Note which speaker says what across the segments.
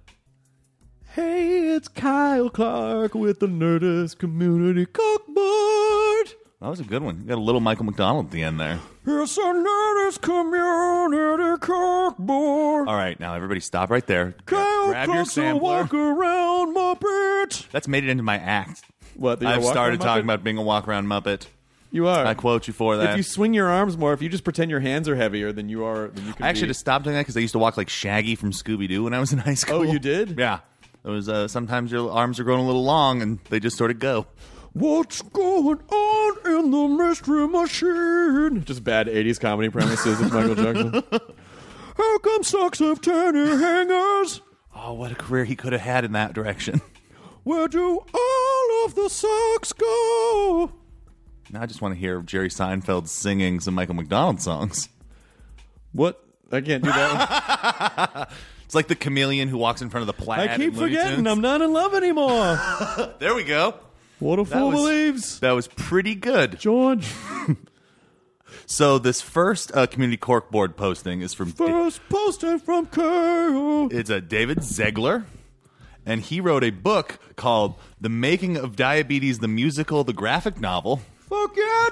Speaker 1: Hey, it's Kyle Clark with the Nerdist Community Cookboard.
Speaker 2: That was a good one. You got a little Michael McDonald at the end there.
Speaker 1: It's the Nerdist Community Cookboard.
Speaker 2: All right, now everybody stop right there.
Speaker 1: Kyle
Speaker 2: Grab your
Speaker 1: Clark's a
Speaker 2: sampler.
Speaker 1: walk around Muppet.
Speaker 2: That's made it into my act.
Speaker 1: What? that you're a
Speaker 2: I've
Speaker 1: walk-around
Speaker 2: started talking
Speaker 1: Muppet?
Speaker 2: about being a walk around Muppet.
Speaker 1: You are.
Speaker 2: I quote you for that.
Speaker 1: If you swing your arms more, if you just pretend your hands are heavier than you are, than you can
Speaker 2: I actually
Speaker 1: be.
Speaker 2: just stopped doing that because I used to walk like Shaggy from Scooby Doo when I was in high school.
Speaker 1: Oh, you did?
Speaker 2: Yeah. It was uh, sometimes your arms are growing a little long and they just sort of go.
Speaker 1: What's going on in the mystery machine? Just bad 80s comedy premises with Michael Jackson. How come socks have tiny hangers?
Speaker 2: Oh, what a career he could have had in that direction.
Speaker 1: Where do all of the socks go?
Speaker 2: Now I just want to hear Jerry Seinfeld singing some Michael McDonald songs.
Speaker 1: What? I can't do that one.
Speaker 2: It's like the chameleon who walks in front of the plaid.
Speaker 1: I keep
Speaker 2: in Looney
Speaker 1: forgetting
Speaker 2: Tunes.
Speaker 1: I'm not in love anymore.
Speaker 2: There we go.
Speaker 1: What a fool
Speaker 2: was-
Speaker 1: believes.
Speaker 2: That was pretty good.
Speaker 1: George,
Speaker 2: So this first uh, community cork board posting is from
Speaker 1: first posted from Kyle.
Speaker 2: it's a David Zegler, and he wrote a book called "The Making of Diabetes: The Musical, the Graphic Novel."
Speaker 1: Fuck yeah,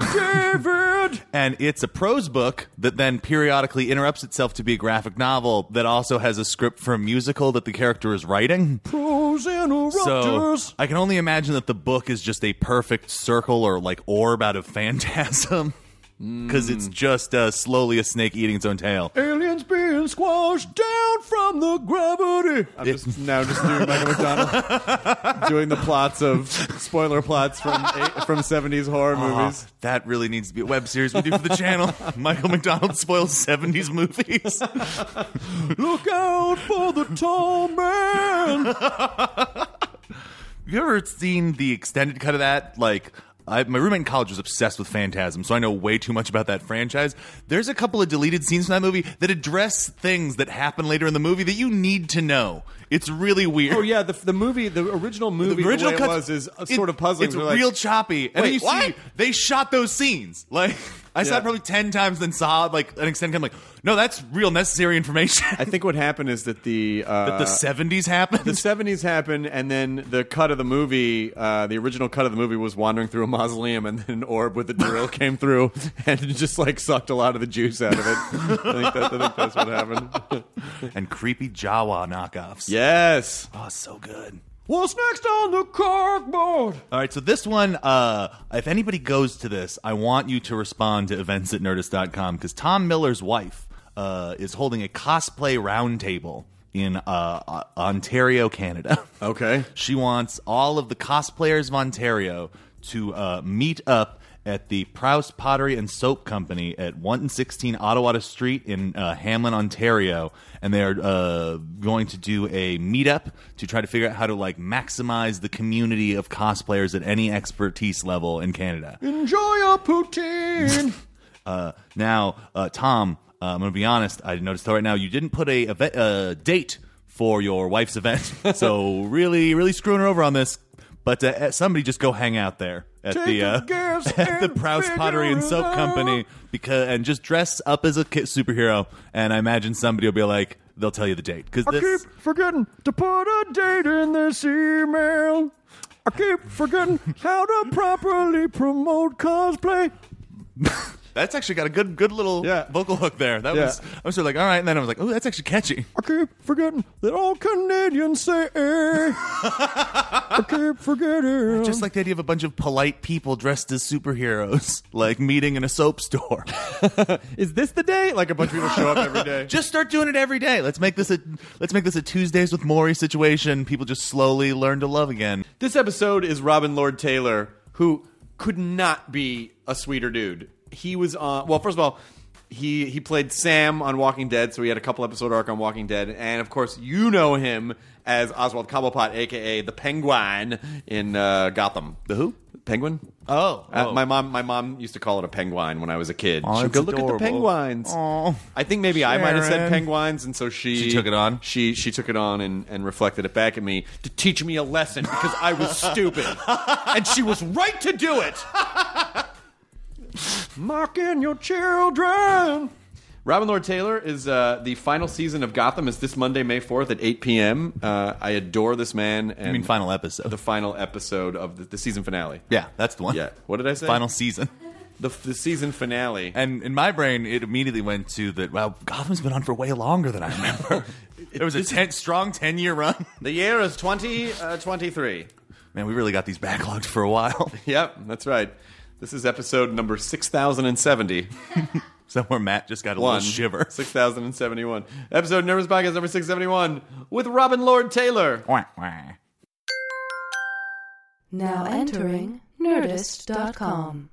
Speaker 1: David.
Speaker 2: And it's a prose book that then periodically interrupts itself to be a graphic novel that also has a script for a musical that the character is writing.
Speaker 1: Pros and
Speaker 2: So
Speaker 1: interrupters.
Speaker 2: I can only imagine that the book is just a perfect circle or like orb out of phantasm. Because
Speaker 1: Hmm.
Speaker 2: it's just uh, slowly a snake eating its own tail.
Speaker 1: Aliens being squashed down from the gravity. I'm just now just doing Michael McDonald, doing the plots of spoiler plots from eight, from 70s horror movies.
Speaker 2: Ah, That really needs to be a web series we do for the channel. Michael McDonald spoils 70s movies.
Speaker 1: Look out for the tall man.
Speaker 2: Have you ever seen the extended cut of that? Like, I, my roommate in college was obsessed with Phantasm, so I know way too much about that franchise. There's a couple of deleted scenes from that movie that address things that happen later in the movie that you need to know. It's really weird.
Speaker 1: Oh yeah, the, the movie, the original movie,
Speaker 2: The original
Speaker 1: the way it
Speaker 2: cut
Speaker 1: was is uh,
Speaker 2: it-
Speaker 1: sort of puzzling.
Speaker 2: It's
Speaker 1: We're like,
Speaker 2: real choppy, and
Speaker 1: "Wait,
Speaker 2: then you see
Speaker 1: what?"
Speaker 2: they shot those scenes. Like I saw
Speaker 1: Yeah.
Speaker 2: it probably ten times, then saw like an extended. cut. I'm like, no, that's real necessary information.
Speaker 1: I think what happened is that the uh,
Speaker 2: that the '70s happened.
Speaker 1: the 70s happened and then the cut of the movie uh, the original cut of the movie was wandering through a mausoleum and then an orb with a drill came through and just like sucked a lot of the juice out of it I, think that, I think that's what happened
Speaker 2: and creepy Jawa knockoffs.
Speaker 1: yes
Speaker 2: oh, so good.
Speaker 1: what's next on the cardboard
Speaker 2: All right, so this one, uh, if anybody goes to this, I want you to respond to events at nerdist.com because Tom Miller's wife uh, is holding a cosplay roundtable in uh, uh, Ontario, Canada.
Speaker 1: okay
Speaker 2: She wants all of the cosplayers of Ontario to uh, meet up at the Prouse Pottery and Soap Company at 1 and 16 Ottawa Street in uh, Hamlin, Ontario, and they're uh, going to do a meetup to try to figure out how to like maximize the community of cosplayers at any expertise level in Canada.
Speaker 1: enjoy your poutine
Speaker 2: Uh, now, uh, Tom, uh, I'm going to be honest. I noticed right now you didn't put a event, uh, date for your wife's event, so really, really screwing her over on this. But uh, somebody just go hang out there at
Speaker 1: Take
Speaker 2: the
Speaker 1: a
Speaker 2: uh,
Speaker 1: guess
Speaker 2: at the
Speaker 1: and
Speaker 2: Prouse Pottery and
Speaker 1: figure it
Speaker 2: Soap
Speaker 1: out.
Speaker 2: Company because and just dress up as a ki- superhero, and I imagine somebody will be like, they'll tell you the date because
Speaker 1: I
Speaker 2: this.
Speaker 1: keep forgetting to put a date in this email I keep forgetting how to properly promote cosplay
Speaker 2: That's actually got a good, good little
Speaker 1: Yeah.
Speaker 2: vocal hook there. That
Speaker 1: Yeah.
Speaker 2: was. I was sort of like, all right, and then I was like, oh, that's actually catchy.
Speaker 1: I keep forgetting that all Canadians say eh. I keep forgetting.
Speaker 2: Just like the idea of a bunch of polite people dressed as superheroes, like meeting in a soap store.
Speaker 1: is this the day? Like a bunch of people show up every day.
Speaker 2: just start doing it every day. Let's make this a let's make this a Tuesdays with Maury situation. People just slowly learn to love again.
Speaker 1: This episode is Robin Lord Taylor, who could not be a sweeter dude. He was on. Well, first of all, he he played Sam on Walking Dead, so he had a couple episode arc on Walking Dead, and of course, you know him as Oswald Cobblepot, aka the Penguin in uh, Gotham. The who? Penguin.
Speaker 2: Oh.
Speaker 1: Uh,
Speaker 2: Oh.
Speaker 1: my mom. My mom used to call it a penguin when I was a kid.
Speaker 2: Aw,
Speaker 1: She'd
Speaker 2: that's
Speaker 1: go look at
Speaker 2: adorable.
Speaker 1: the penguins.
Speaker 2: Aw.
Speaker 1: I think maybe I might have said
Speaker 2: Sharon.
Speaker 1: penguins, and so she
Speaker 2: She took it on?
Speaker 1: She she took it on and, and reflected it back at me to teach me a lesson because I was stupid, and she was right to do it. Mocking your children. Robin Lord Taylor is uh, the final season of Gotham is this Monday, May fourth at eight p.m. Uh, I adore this man. And
Speaker 2: I mean, final episode.
Speaker 1: the final episode of the, the season finale.
Speaker 2: yeah, that's the one.
Speaker 1: oh. Yeah. What did I say?
Speaker 2: Final season.
Speaker 1: the, the season finale.
Speaker 2: And in my brain, it immediately went to that. Wow, Gotham's been on for way longer than I remember. there was a ten, strong ten-year run.
Speaker 1: The year is twenty uh, twenty three.
Speaker 2: Man, we really got these backlogged for a while.
Speaker 1: Yep, that's right. This is episode number 6070.
Speaker 2: Somewhere Matt just got a
Speaker 1: One.
Speaker 2: little shiver.
Speaker 1: 6071. Episode Nervous Podcast number 671 with Robin Lord Taylor.
Speaker 2: Wah, wah.
Speaker 3: Now entering Nerdist.com.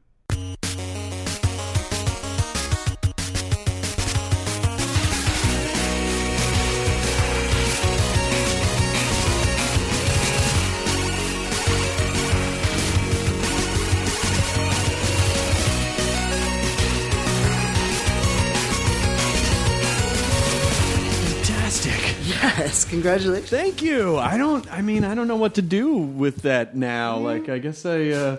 Speaker 1: Fantastic.
Speaker 4: Yes, congratulations.
Speaker 1: Thank you. I don't, I mean, I don't know what to do with that now. Like, I guess I, uh,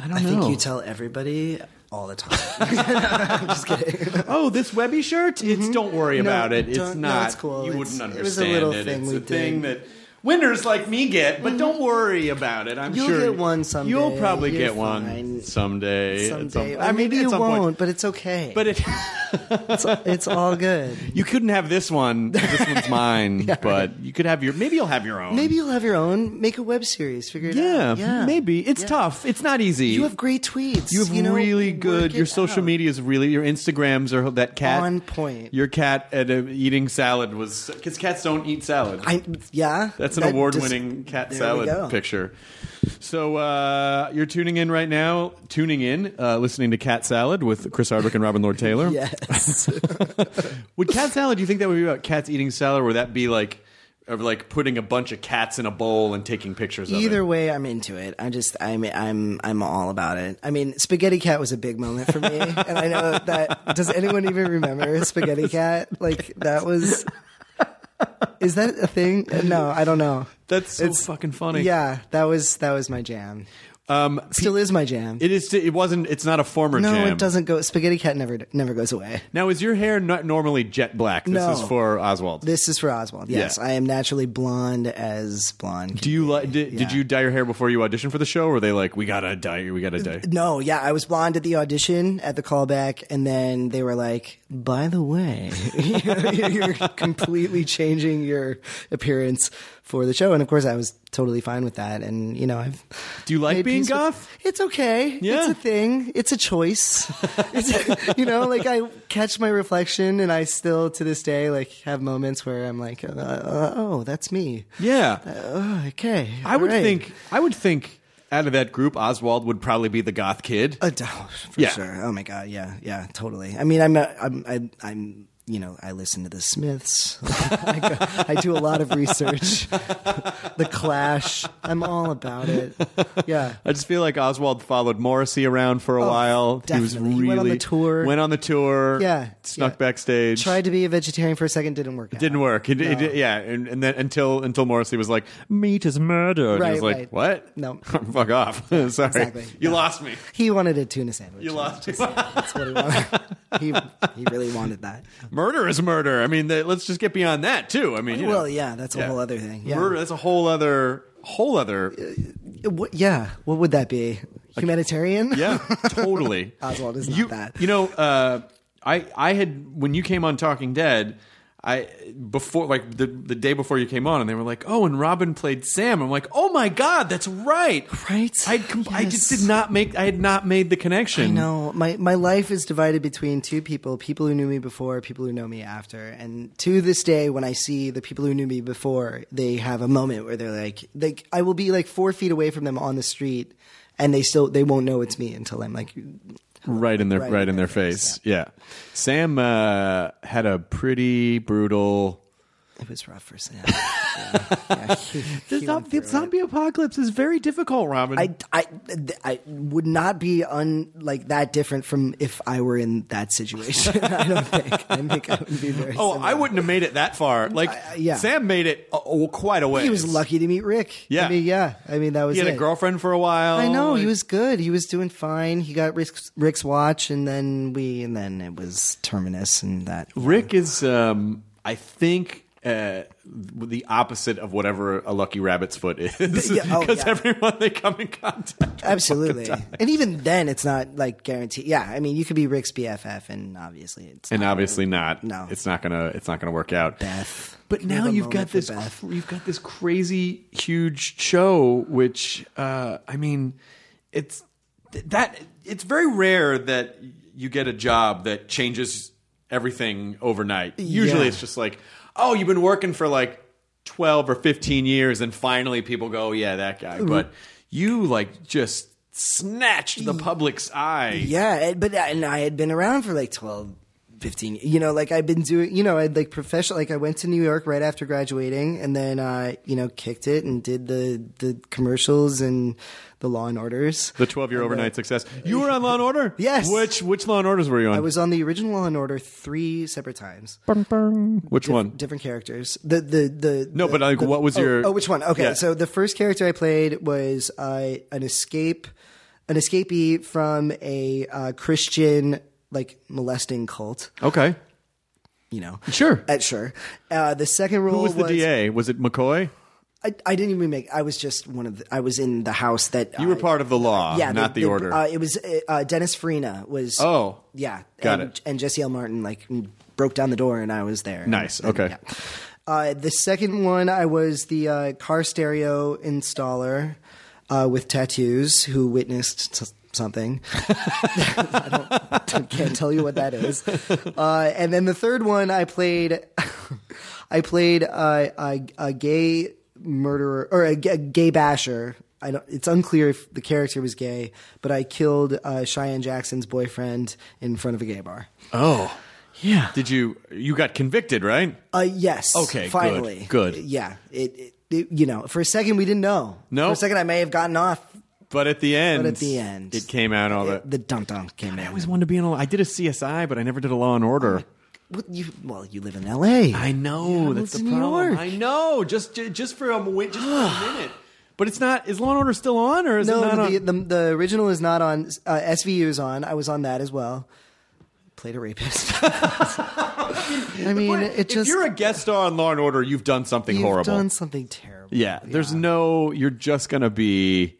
Speaker 1: I don't
Speaker 4: I
Speaker 1: know.
Speaker 4: think you tell everybody all the time. I'm just kidding.
Speaker 1: oh, this Webby shirt? It's don't worry
Speaker 4: Mm-hmm. No,
Speaker 1: about it. It's
Speaker 4: don't- no,
Speaker 1: not.
Speaker 4: it's cool.
Speaker 1: You
Speaker 4: It's-
Speaker 1: wouldn't
Speaker 4: it
Speaker 1: understand
Speaker 4: was a little
Speaker 1: it.
Speaker 4: thing
Speaker 1: it's
Speaker 4: we
Speaker 1: a thing that
Speaker 4: did. Mm-hmm.
Speaker 1: winners like me get, but don't worry about it. I'm
Speaker 4: You'll
Speaker 1: sure
Speaker 4: get one someday.
Speaker 1: You'll probably
Speaker 4: You're
Speaker 1: get one
Speaker 4: fine.
Speaker 1: someday. at some-
Speaker 4: Someday,
Speaker 1: I
Speaker 4: Or
Speaker 1: mean,
Speaker 4: maybe
Speaker 1: at
Speaker 4: you
Speaker 1: some
Speaker 4: won't,
Speaker 1: point.
Speaker 4: but it's okay.
Speaker 1: But it,
Speaker 4: it's all good.
Speaker 1: you couldn't have this one. 'cause This one's mine. but you could have your. Maybe you'll have your own.
Speaker 4: Maybe you'll have your own. Make a web series. Figure it
Speaker 1: Yeah,
Speaker 4: out. Yeah,
Speaker 1: maybe it's
Speaker 4: Yeah.
Speaker 1: tough. It's not easy.
Speaker 4: You have great tweets.
Speaker 1: You have
Speaker 4: know,
Speaker 1: really
Speaker 4: work
Speaker 1: good.
Speaker 4: it
Speaker 1: Your social
Speaker 4: out.
Speaker 1: media is really. Your Instagrams are that cat
Speaker 4: On point.
Speaker 1: Your cat at a, eating salad was because cats don't eat salad.
Speaker 4: I, yeah,
Speaker 1: That's an
Speaker 4: That
Speaker 1: award-winning
Speaker 4: just-
Speaker 1: cat
Speaker 4: there
Speaker 1: salad
Speaker 4: we go.
Speaker 1: picture. So uh, you're tuning in right now. Tuning in, uh, listening to Cat Salad with Chris Hardwick and Robin Lord Taylor.
Speaker 4: Yes.
Speaker 1: Would cat salad? Do you think that would be about cats eating salad? Or would that be like, of like putting a bunch of cats in a bowl and taking pictures? of
Speaker 4: Either
Speaker 1: it?
Speaker 4: way, I'm into it. I just, I'm, I'm, I'm all about it. I mean, Spaghetti Cat was a big moment for me, and I know that. Does anyone even remember Spaghetti Cat? Like that was. Is that a thing? No, I don't know.
Speaker 1: That's so
Speaker 4: It's-
Speaker 1: fucking funny.
Speaker 4: Yeah, that was that was my jam.
Speaker 1: Um,
Speaker 4: Still is my jam.
Speaker 1: it is. It wasn't. It's not a former.
Speaker 4: no,
Speaker 1: jam.
Speaker 4: it doesn't go. Spaghetti Cat never never goes away.
Speaker 1: Now, is your hair not normally jet black? This
Speaker 4: No.
Speaker 1: is for Oswald.
Speaker 4: This is for Oswald. Yes,
Speaker 1: Yeah.
Speaker 4: I am naturally blonde as blonde.
Speaker 1: do you like? Did, did you dye your hair before you auditioned for the show? Or were they like, we gotta dye? We gotta dye.
Speaker 4: No, yeah, I was blonde at the audition at the callback, and then they were like, "By the way, you're completely changing your appearance for the show." And of course, I was totally fine with that. And you know, I've
Speaker 1: Do you like
Speaker 4: made
Speaker 1: being
Speaker 4: peace with-
Speaker 1: goth?
Speaker 4: it's okay.
Speaker 1: Yeah.
Speaker 4: it's a thing. It's a choice. It's- you know, like I catch my reflection, and I still to this day like have moments where I'm like, uh, uh, "Oh, that's me."
Speaker 1: Yeah,
Speaker 4: Oh, okay,
Speaker 1: I would
Speaker 4: all right.
Speaker 1: think. I would think out of that group, Oswald would probably be the goth kid.
Speaker 4: A dollar for
Speaker 1: Yeah.
Speaker 4: sure. Oh my god, yeah, yeah, totally. I mean, I'm not, I'm, I'm, I'm, you know, I listen to the Smiths. I, go, I do a lot of research. the Clash. I'm all about it. Yeah.
Speaker 1: I just feel like Oswald followed Morrissey around for a while. He was
Speaker 4: Oh,
Speaker 1: really
Speaker 4: definitely. He went on the tour.
Speaker 1: Went on the tour.
Speaker 4: Yeah,
Speaker 1: snuck
Speaker 4: yeah.
Speaker 1: backstage.
Speaker 4: Tried to be a vegetarian for a second, didn't work. out.
Speaker 1: Didn't work. It, it- yeah, and, and then until until Morrissey was like, "Meat is murder," and he
Speaker 4: Right,
Speaker 1: was like,
Speaker 4: right.
Speaker 1: "What?
Speaker 4: No.
Speaker 1: fuck off." Sorry,
Speaker 4: Exactly.
Speaker 1: you lost me.
Speaker 4: He wanted a tuna sandwich.
Speaker 1: You lost me.
Speaker 4: That's what he wanted. he he really wanted that.
Speaker 1: murder is murder. I mean, the, let's just get beyond that too. I mean, you
Speaker 4: Well,
Speaker 1: know.
Speaker 4: yeah, that's a whole other thing. Yeah.
Speaker 1: Murder. That's a whole other whole other.
Speaker 4: What, yeah. What would that be? Humanitarian?
Speaker 1: Yeah, totally.
Speaker 4: Oswald is not
Speaker 1: you,
Speaker 4: that.
Speaker 1: You know, uh, I I had when you came on Talking Dead, I before like the the day before you came on, and they were like, "Oh, and Robin played Sam." I'm like, "Oh my god, that's right,
Speaker 4: Right?
Speaker 1: I com- I just
Speaker 4: Yes.
Speaker 1: did not make I had not made the connection.
Speaker 4: I know my my life is divided between two people: people who knew me before, people who know me after. And to this day, when I see the people who knew me before, they have a moment where they're like, like I will be like four feet away from them on the street, and they still they won't know it's me until I'm like,
Speaker 1: right in their right,
Speaker 4: Right
Speaker 1: in their face. Yeah, Sam uh, had a pretty brutal.
Speaker 4: it was rough for Sam. Yeah. Yeah, he- he went through it.
Speaker 1: apocalypse is very difficult, Robin.
Speaker 4: I, I, I would not be un, like that different from if I were in that situation. I don't think. I think I would be very.
Speaker 1: oh,
Speaker 4: similar.
Speaker 1: I wouldn't have made it that far. Like
Speaker 4: yeah.
Speaker 1: Sam made it uh, oh, quite a way.
Speaker 4: He was lucky to meet Rick.
Speaker 1: Yeah.
Speaker 4: I mean, yeah. I mean, that was
Speaker 1: He had
Speaker 4: it.
Speaker 1: a girlfriend for a while.
Speaker 4: I know
Speaker 1: Like-
Speaker 4: he was good. He was doing fine. He got Rick's, Rick's watch, and then we, and then it was terminus, and that.
Speaker 1: Rick is, um, I think, uh, the opposite of whatever a lucky rabbit's foot is. Because
Speaker 4: Yeah, oh, yeah.
Speaker 1: everyone they come in contact with.
Speaker 4: Absolutely, and even then, it's not like guaranteed. Yeah, I mean, you could be Rick's BFF, and obviously, it's
Speaker 1: And obviously not.
Speaker 4: No.
Speaker 1: it's not gonna. It's not gonna work out.
Speaker 4: Beth.
Speaker 1: But
Speaker 4: We have
Speaker 1: now
Speaker 4: a
Speaker 1: you've
Speaker 4: moment
Speaker 1: got
Speaker 4: for
Speaker 1: this.
Speaker 4: Beth.
Speaker 1: cr- You've got this crazy huge show, which uh, I mean, it's th- that it's very rare that you get a job that changes everything overnight. Usually,
Speaker 4: Yeah.
Speaker 1: it's just like, oh, you've been working for like twelve or fifteen years, and finally people go, oh, yeah, that guy.
Speaker 4: Mm-hmm.
Speaker 1: But you like just snatched the public's eye.
Speaker 4: Yeah, and- but uh, and I had been around for like 12, 15. You know, like I'd been doing, you know, I'd like professional. Like I went to New York right after graduating, and then uh, you know kicked it and did the the commercials and the Law and Orders.
Speaker 1: The twelve-year overnight success. You were on Law and Order.
Speaker 4: Yes.
Speaker 1: Which which Law and Orders were you on?
Speaker 4: I was on the original Law and Order three separate times,
Speaker 1: which one?
Speaker 4: different characters. The the the
Speaker 1: No,
Speaker 4: the-
Speaker 1: but, like,
Speaker 4: the-
Speaker 1: what was
Speaker 4: oh,
Speaker 1: your-
Speaker 4: oh which one? Okay,
Speaker 1: Yeah.
Speaker 4: so the first character I played was uh, an escape, an escapee from a uh, Christian like molesting cult.
Speaker 1: Okay.
Speaker 4: You know,
Speaker 1: Sure.
Speaker 4: At sure. Uh, the second role
Speaker 1: Who was the DA? Was it McCoy?
Speaker 4: I, I didn't even make. I was just one of. the I was in the house that
Speaker 1: You were
Speaker 4: I-
Speaker 1: part of the law, not the, order.
Speaker 4: Uh, it was uh, uh, Dennis Farina was.
Speaker 1: oh.
Speaker 4: yeah,
Speaker 1: Got
Speaker 4: and,
Speaker 1: it.
Speaker 4: And Jesse L. Martin like broke down the door, and I was there.
Speaker 1: Nice.
Speaker 4: And-
Speaker 1: Okay.
Speaker 4: yeah. Uh, the second one, I was the uh, car stereo installer uh, with tattoos who witnessed s- something. I don't, can't tell you what that is. Uh, and then the third one, I played, I played uh, a, a gay murderer or a, g- a gay basher. I don't, it's unclear if the character was gay, but I killed uh, Cheyenne Jackson's boyfriend in front of a gay bar.
Speaker 1: Oh. Yeah. Did you you got convicted, right?
Speaker 4: Uh, yes.
Speaker 1: Okay, good,
Speaker 4: Finally.
Speaker 1: good.
Speaker 4: Yeah. It, it, it- you know, for a second we didn't know.
Speaker 1: No.
Speaker 4: For a second I may have gotten off.
Speaker 1: But at the end
Speaker 4: But at the end,
Speaker 1: it came out all that.
Speaker 4: The dum dum came in.
Speaker 1: I always wanted to be in a I did a CSI, but I never did a Law and Order.
Speaker 4: well, you, well, you live in L.A.
Speaker 1: I know, that's the
Speaker 4: it's New
Speaker 1: problem.
Speaker 4: York.
Speaker 1: I know. Just ju- just for a wi- just for a minute. But it's not is Law and Order still on or is it not
Speaker 4: no,
Speaker 1: on?
Speaker 4: the, the the original is not on. Uh, SVU is on. I was on that as well. Played a rapist. I mean,
Speaker 1: But
Speaker 4: it
Speaker 1: if
Speaker 4: just
Speaker 1: you're a guest star on Law and Order, you've done something
Speaker 4: you've
Speaker 1: horrible.
Speaker 4: done something terrible.
Speaker 1: Yeah, there's no. You're just gonna be.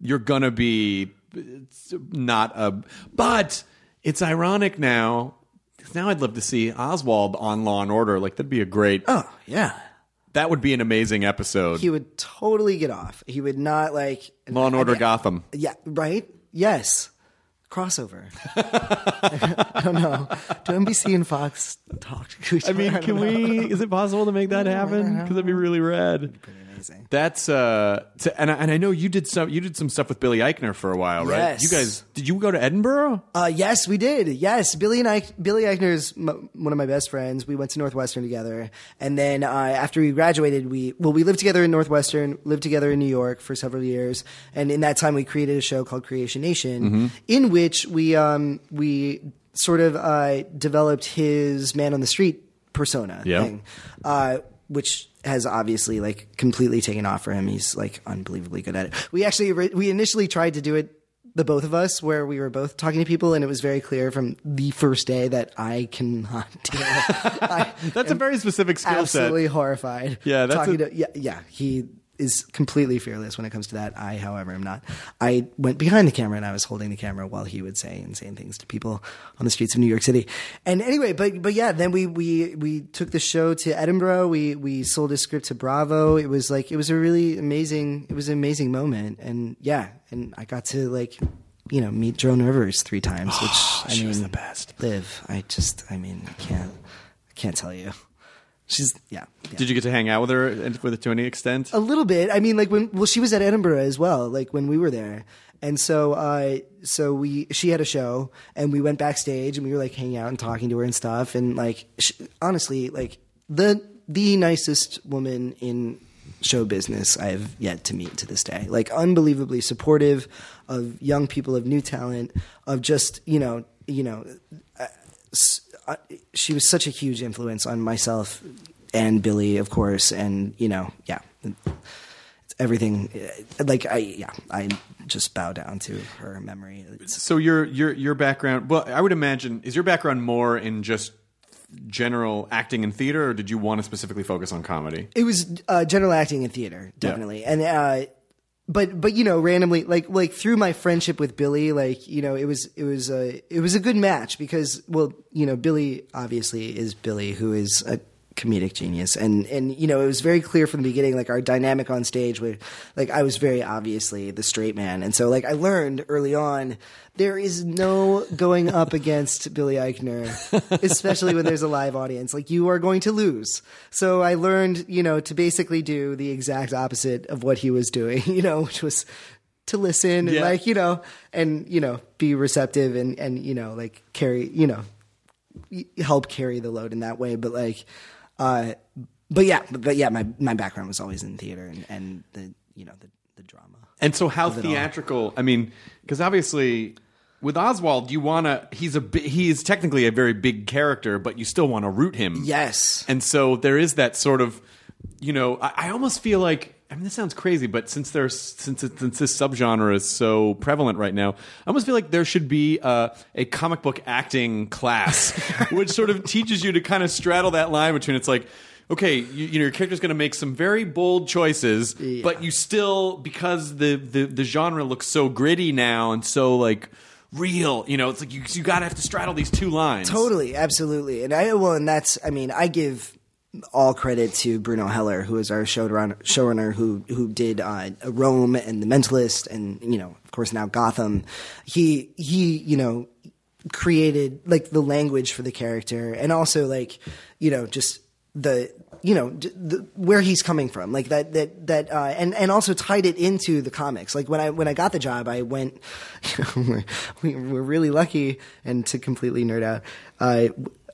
Speaker 1: You're gonna be it's not a. But it's ironic now. 'cause Now I'd love to see Oswald on Law and Order. Like that'd be a great.
Speaker 4: Oh yeah.
Speaker 1: That would be an amazing episode.
Speaker 4: He would totally get off. He would not like
Speaker 1: Law and Order
Speaker 4: I-
Speaker 1: Gotham.
Speaker 4: Yeah, right? Yes. Crossover. I don't know. Do NBC and Fox talk to each
Speaker 1: I
Speaker 4: other?
Speaker 1: mean,
Speaker 4: don't
Speaker 1: can
Speaker 4: know.
Speaker 1: we? Is it possible to make that happen? Because that'd be really rad.
Speaker 4: Amazing.
Speaker 1: That's uh, t- and I, and I know you did some you did some stuff with Billy Eichner for a while, right?
Speaker 4: Yes.
Speaker 1: You guys, did you go to Edinburgh?
Speaker 4: Uh, yes, we did. Yes, Billy and I, Billy Eichner is m- one of my best friends. We went to Northwestern together, and then uh, after we graduated, we well, we lived together in Northwestern, lived together in New York for several years, and in that time, we created a show called Creation Nation,
Speaker 1: Mm-hmm.
Speaker 4: in which we um, we sort of uh, developed his man on the street persona
Speaker 1: Yeah.
Speaker 4: thing, uh, which has obviously like completely taken off for him. He's like unbelievably good at it. We actually ri- we initially tried to do it the both of us where we were both talking to people and it was very clear from the first day that I cannot do it. I
Speaker 1: That's a very specific skill set.
Speaker 4: absolutely horrified.
Speaker 1: Yeah, that's
Speaker 4: talking
Speaker 1: a-
Speaker 4: to yeah yeah he is completely fearless when it comes to that. I, however, am not. I went behind the camera and I was holding the camera while he would say insane things to people on the streets of New York City. And anyway, but but yeah, then we we we took the show to Edinburgh. We we sold a script to Bravo. It was like it was a really amazing. It was an amazing moment. And yeah, and I got to like you know meet Joan Rivers three times, which I mean the best. Live. I just I mean I can't I can't tell you. She's yeah. yeah. Oh.
Speaker 1: Did you get to hang out with her and- with to any extent?
Speaker 4: A little bit. I mean, like when well, she was at Edinburgh as well. Like when we were there, and so uh, so we she had a show, and we went backstage, and we were like hanging out and talking to her and stuff, and like sh honestly, like the the nicest woman in show business I have yet to meet to this day. Like unbelievably supportive of young people, of new talent, of just you know you know I- she was such a huge influence on myself and Billy, of course, and you know, yeah, it's everything. Like I, yeah, I just bow down to her memory. It's,
Speaker 1: so your your your background well i would imagine is your background more in just general acting in theater or did you want to specifically focus on comedy
Speaker 4: it was uh, general acting in theater, definitely, and uh, but but you know, randomly, like like through my friendship with Billy, like you know, it was it was a it was a good match because well, you know, Billy obviously is Billy, who is a comedic genius and and you know it was very clear from the beginning like our dynamic on stage where like i was very obviously the straight man and so like i learned early on there is no going up against billy eichner especially when there's a live audience like you are going to lose so i learned you know to basically do the exact opposite of what he was doing you know which was to listen and like you know and you know be receptive and and you know like carry you know help carry the load in that way. But like, uh, but yeah, but, but yeah, my my background was always in theater and and the you know the the drama.
Speaker 1: and so how theatrical i mean because obviously with oswald you want to he's a bi- he is technically a very big character but you still want to root him
Speaker 4: Yes.
Speaker 1: And so there is that sort of, you know, I, I almost feel like I mean this sounds crazy, but since there's since it, since this subgenre is so prevalent right now, I almost feel like there should be uh, a comic book acting class, which sort of teaches you to kind of straddle that line between it's like. Okay, you, you know your character's going to make some very bold choices, but you still because the, the the genre looks so gritty now and so like real, you know, it's like you you got to have to straddle these two lines.
Speaker 4: Totally, absolutely, and I well, and that's I mean, I give all credit to Bruno Heller, who is our showrunner, showrunner who who did uh, Rome and The Mentalist, and you know, of course, now Gotham. He he, you know, created like the language for the character, and also like you know, just the you know d- the, where he's coming from like that that that uh, and and also tied it into the comics like when i when i got the job i went you know, we're, we were really lucky and to completely nerd out i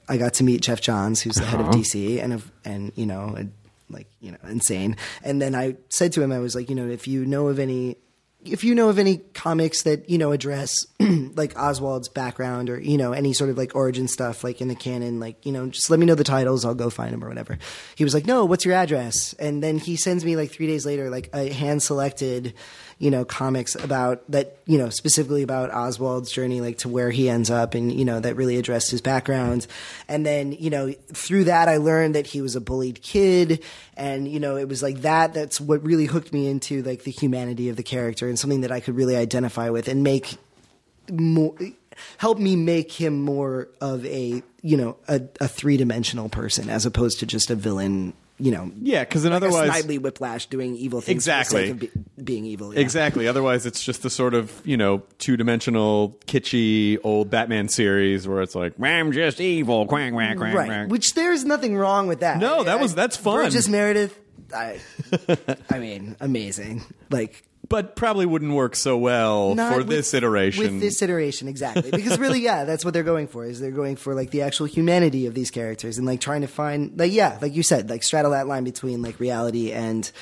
Speaker 4: i got to meet jeff johns who's the head of dc and of and you know and, like you know insane and then i said to him i was like you know if you know of any if you know of any comics that you know address like Oswald's background or you know any sort of like origin stuff like in the canon, like you know just let me know the titles, I'll go find them or whatever. He was like, "No, what's your address?" And then he sends me like three days later like a hand selected, you know, comics about that you know specifically about Oswald's journey like to where he ends up and you know that really addressed his background. And then you know through that I learned that he was a bullied kid and you know it was like that that's what really hooked me into like the humanity of the character and something that I could really identify with and make more help me make him more of a you know a, a three-dimensional person as opposed to just a villain you know
Speaker 1: Yeah, because then
Speaker 4: a
Speaker 1: otherwise
Speaker 4: Snidely Whiplash doing evil things
Speaker 1: Exactly.
Speaker 4: for the sake of be- being evil. yeah.
Speaker 1: Exactly. Otherwise, it's just the sort of you know two dimensional, kitschy old Batman series where it's like I'm just evil, quack quack quack.
Speaker 4: Right.
Speaker 1: quack."
Speaker 4: Which there's nothing wrong with that.
Speaker 1: No, that
Speaker 4: I-
Speaker 1: was- that's fun.
Speaker 4: Burgess Meredith. I, I mean, amazing. Like
Speaker 1: but probably wouldn't work so well
Speaker 4: not
Speaker 1: for
Speaker 4: with-
Speaker 1: this iteration.
Speaker 4: With this iteration, exactly. Because really, yeah, that's what they're going for. Is they're going for like the actual humanity of these characters and like trying to find like yeah, like you said, like straddle that line between like reality and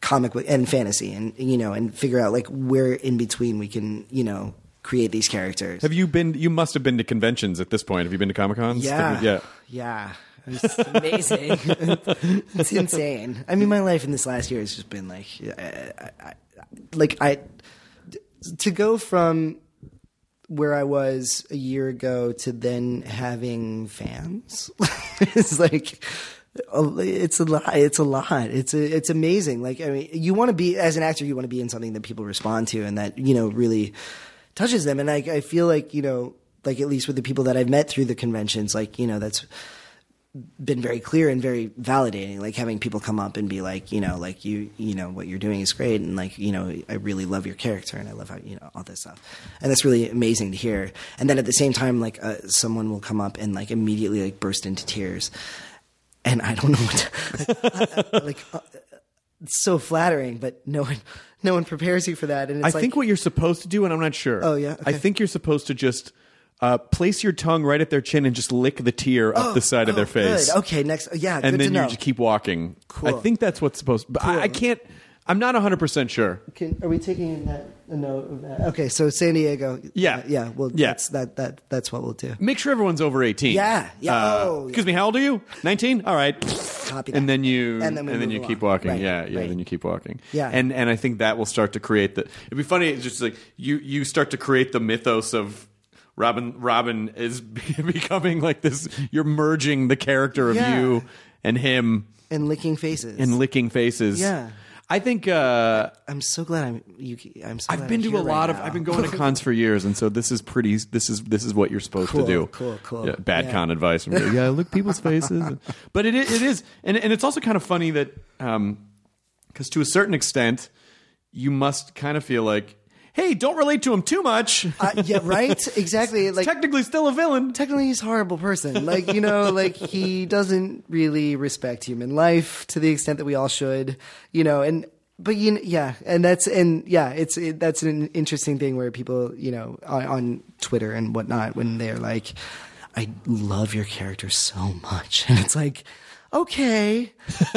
Speaker 4: comic book and fantasy, and you know, and figure out like where in between we can you know create these characters.
Speaker 1: have you been? You must have been to conventions at this point. Have you been to comic cons?
Speaker 4: Yeah.
Speaker 1: yeah.
Speaker 4: Yeah. It's amazing. it's insane. I mean, my life in this last year has just been like, I, I, I, like I, to go from where I was a year ago to then having fans is like, it's a lot. It's a lot. It's a, it's amazing. Like I mean, you want to be as an actor, you want to be in something that people respond to and that you know really touches them. And I, I feel like you know, like at least with the people that I've met through the conventions, like you know, that's been very clear and very validating like having people come up and be like you know like you you know what you're doing is great and like you know i really love your character and i love how you know all this stuff and that's really amazing to hear and then at the same time like uh, someone will come up and like immediately like burst into tears and i don't know what to, like, like uh, it's so flattering but no one no one prepares you for that and it's
Speaker 1: I
Speaker 4: like
Speaker 1: think what you're supposed to do, and I'm not sure.
Speaker 4: Oh, yeah?
Speaker 1: I
Speaker 4: Okay.
Speaker 1: think you're supposed to just uh, place your tongue right at their chin and just lick the tear up the side of
Speaker 4: oh,
Speaker 1: their face.
Speaker 4: good. okay next yeah
Speaker 1: and
Speaker 4: good
Speaker 1: then
Speaker 4: to
Speaker 1: you
Speaker 4: know.
Speaker 1: just keep walking.
Speaker 4: Cool.
Speaker 1: I think that's what's supposed. But I, I can't. I'm not 100 percent sure.
Speaker 4: Can, are we taking that a note of that? Okay, so San Diego.
Speaker 1: Yeah.
Speaker 4: uh, yeah. Well,
Speaker 1: Yeah.
Speaker 4: that's that that that's what we'll do.
Speaker 1: Make sure everyone's over 18.
Speaker 4: Yeah, yeah,
Speaker 1: Uh,
Speaker 4: oh, yeah.
Speaker 1: Excuse me. How old are you? 19. All right.
Speaker 4: Copy that.
Speaker 1: And then you
Speaker 4: And then we move
Speaker 1: you keep
Speaker 4: along.
Speaker 1: walking.
Speaker 4: Right,
Speaker 1: yeah, yeah.
Speaker 4: right.
Speaker 1: Then you keep walking.
Speaker 4: Yeah.
Speaker 1: And and I think that will start to create the. It'd be funny. It's just like you you start to create the mythos of. Robin Robin is becoming like this you're merging the character of
Speaker 4: Yeah.
Speaker 1: you and him
Speaker 4: And licking faces.
Speaker 1: and licking faces.
Speaker 4: Yeah.
Speaker 1: I think uh
Speaker 4: I'm so glad I'm you. I'm so.
Speaker 1: I've
Speaker 4: glad
Speaker 1: been
Speaker 4: I'm
Speaker 1: to a
Speaker 4: here right
Speaker 1: lot of.
Speaker 4: now.
Speaker 1: I've been going to cons for years, and so this is pretty. This is this is what you're supposed
Speaker 4: Cool,
Speaker 1: to do.
Speaker 4: cool, cool.
Speaker 1: Yeah, bad
Speaker 4: Yeah.
Speaker 1: con advice. From you. yeah, look people's faces. But it i- it is, and and it's also kind of funny that, because to a certain extent, you must kind of feel like, hey, don't relate to him too much.
Speaker 4: Uh, yeah. Right. Exactly. Like
Speaker 1: Technically, still a villain.
Speaker 4: technically, he's a horrible person. Like you know, like he doesn't really respect human life to the extent that we all should. You know, and but you know, yeah, and that's and yeah, it's it, that's an interesting thing where people you know on, on Twitter and whatnot when they're like, I love your character so much, and it's like. Okay,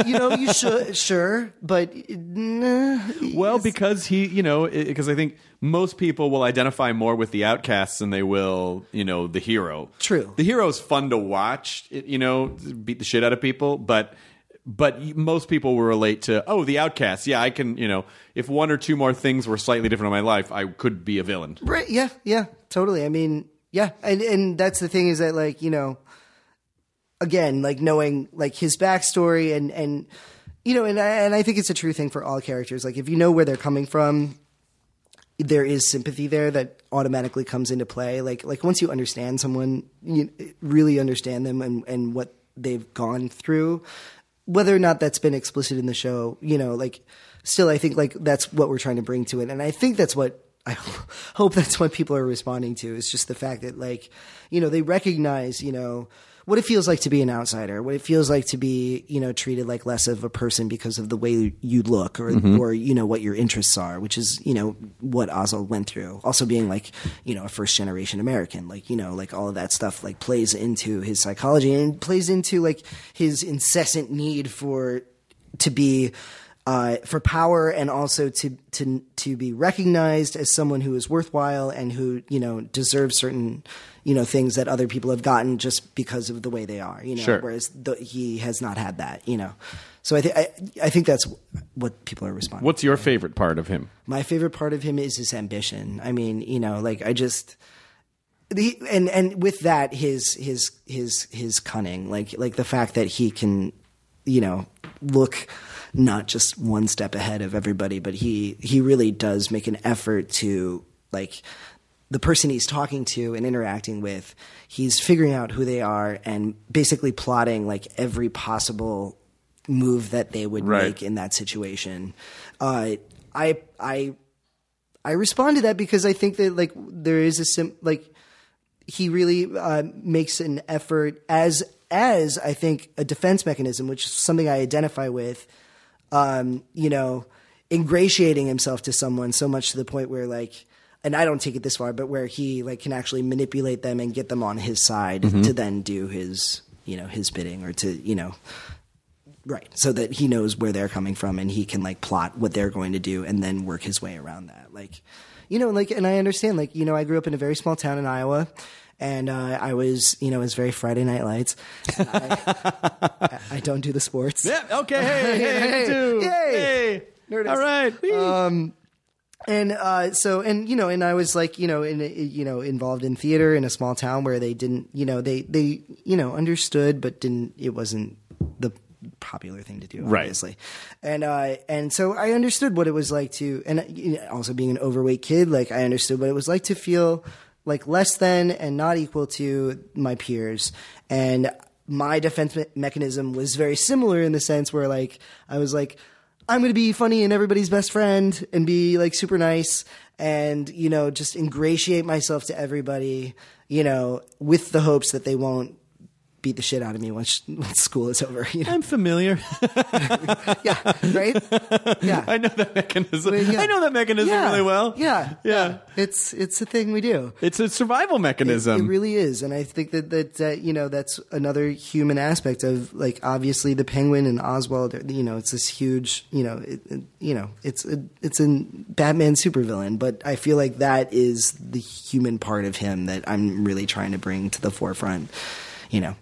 Speaker 4: you know you should sure, but nah,
Speaker 1: Well, because he, you know, because I think most people will identify more with the outcasts than they will, you know, the hero.
Speaker 4: True.
Speaker 1: The hero is fun to watch, it- you know, beat the shit out of people, but but most people will relate to, oh, the outcasts. Yeah, I can, you know, if one or two more things were slightly different in my life, I could be a villain.
Speaker 4: Right. Yeah. Yeah. Totally. I mean, yeah. And and that's the thing is that like you know, again, like knowing like his backstory and and you know, and I, and I think it's a true thing for all characters. Like if you know where they're coming from, there is sympathy there that automatically comes into play. Like like once you understand someone, you really understand them and and what they've gone through, whether or not that's been explicit in the show, you know, like still I think like that's what we're trying to bring to it, and I think that's what. I hope that's what people are responding to is just the fact that like, you know, they recognize, you know, what it feels like to be an outsider, what it feels like to be, you know, treated like less of a person because of the way you look or or you know what your interests are, which is you know what Ozzel went through. Also being like you know a first generation American, like you know like all of that stuff like plays into his psychology and plays into like his incessant need for to be uh, for power and also to to to be recognized as someone who is worthwhile and who you know deserves certain you know things that other people have gotten just because of the way they are you know
Speaker 1: Sure.
Speaker 4: whereas the, he has not had that you know so I think I I think that's what people are responding.
Speaker 1: What's your favorite part of him?
Speaker 4: My favorite part of him is his ambition. I mean, you know, like I just the and and with that his his his his cunning, like like the fact that he can, you know, look not just one step ahead of everybody, but he he really does make an effort to like the person he's talking to and interacting with, he's figuring out who they are and basically plotting like every possible move that they would
Speaker 1: Right.
Speaker 4: make in that situation. Uh, I I I respond to that because I think that like there is a sim like he really uh, makes an effort as as I think a defense mechanism, which is something I identify with. Um, you know, ingratiating himself to someone so much to the point where like. And I don't take it this far, but where he like can actually manipulate them and get them on his side to then do his, you know, his bidding or to, you know, Right. So that he knows where they're coming from and he can like plot what they're going to do and then work his way around that. Like, you know, like, and I understand, like, you know, I grew up in a very small town in Iowa and uh, I was, you know, it was very Friday Night Lights. And I, I, I don't do the sports.
Speaker 1: Okay. Hey.
Speaker 4: Hey,
Speaker 1: dude.
Speaker 4: yay. Nerdist.
Speaker 1: All right. Whee.
Speaker 4: Uh, and uh, so and you know and i was like you know in you know involved in theater in a small town where they didn't you know they they you know understood but didn't it wasn't the popular thing to do,
Speaker 1: Right.
Speaker 4: obviously. And uh, and so I understood what it was like to, and uh, you know, also being an overweight kid, like I understood what it was like to feel like less than and not equal to my peers. And my defense me- mechanism was very similar in the sense where like I was like. I'm going to be funny and everybody's best friend and be like super nice and, you know, just ingratiate myself to everybody, you know, with the hopes that they won't beat the shit out of me once, once school is over. You know?
Speaker 1: I'm familiar.
Speaker 4: yeah. Right. Yeah.
Speaker 1: I know that mechanism.
Speaker 4: yeah.
Speaker 1: I know that mechanism
Speaker 4: Yeah.
Speaker 1: really well.
Speaker 4: Yeah.
Speaker 1: Yeah.
Speaker 4: It's, it's a thing we do.
Speaker 1: It's a survival
Speaker 4: It-
Speaker 1: mechanism.
Speaker 4: It, really is, and I think that that uh, you know that's another human aspect of like obviously the penguin and Oswald. are- You know, it's this huge. You know, it, it- you know, it's a, it's a Batman supervillain, but I feel like that is the human part of him that I'm really trying to bring to the forefront. You know,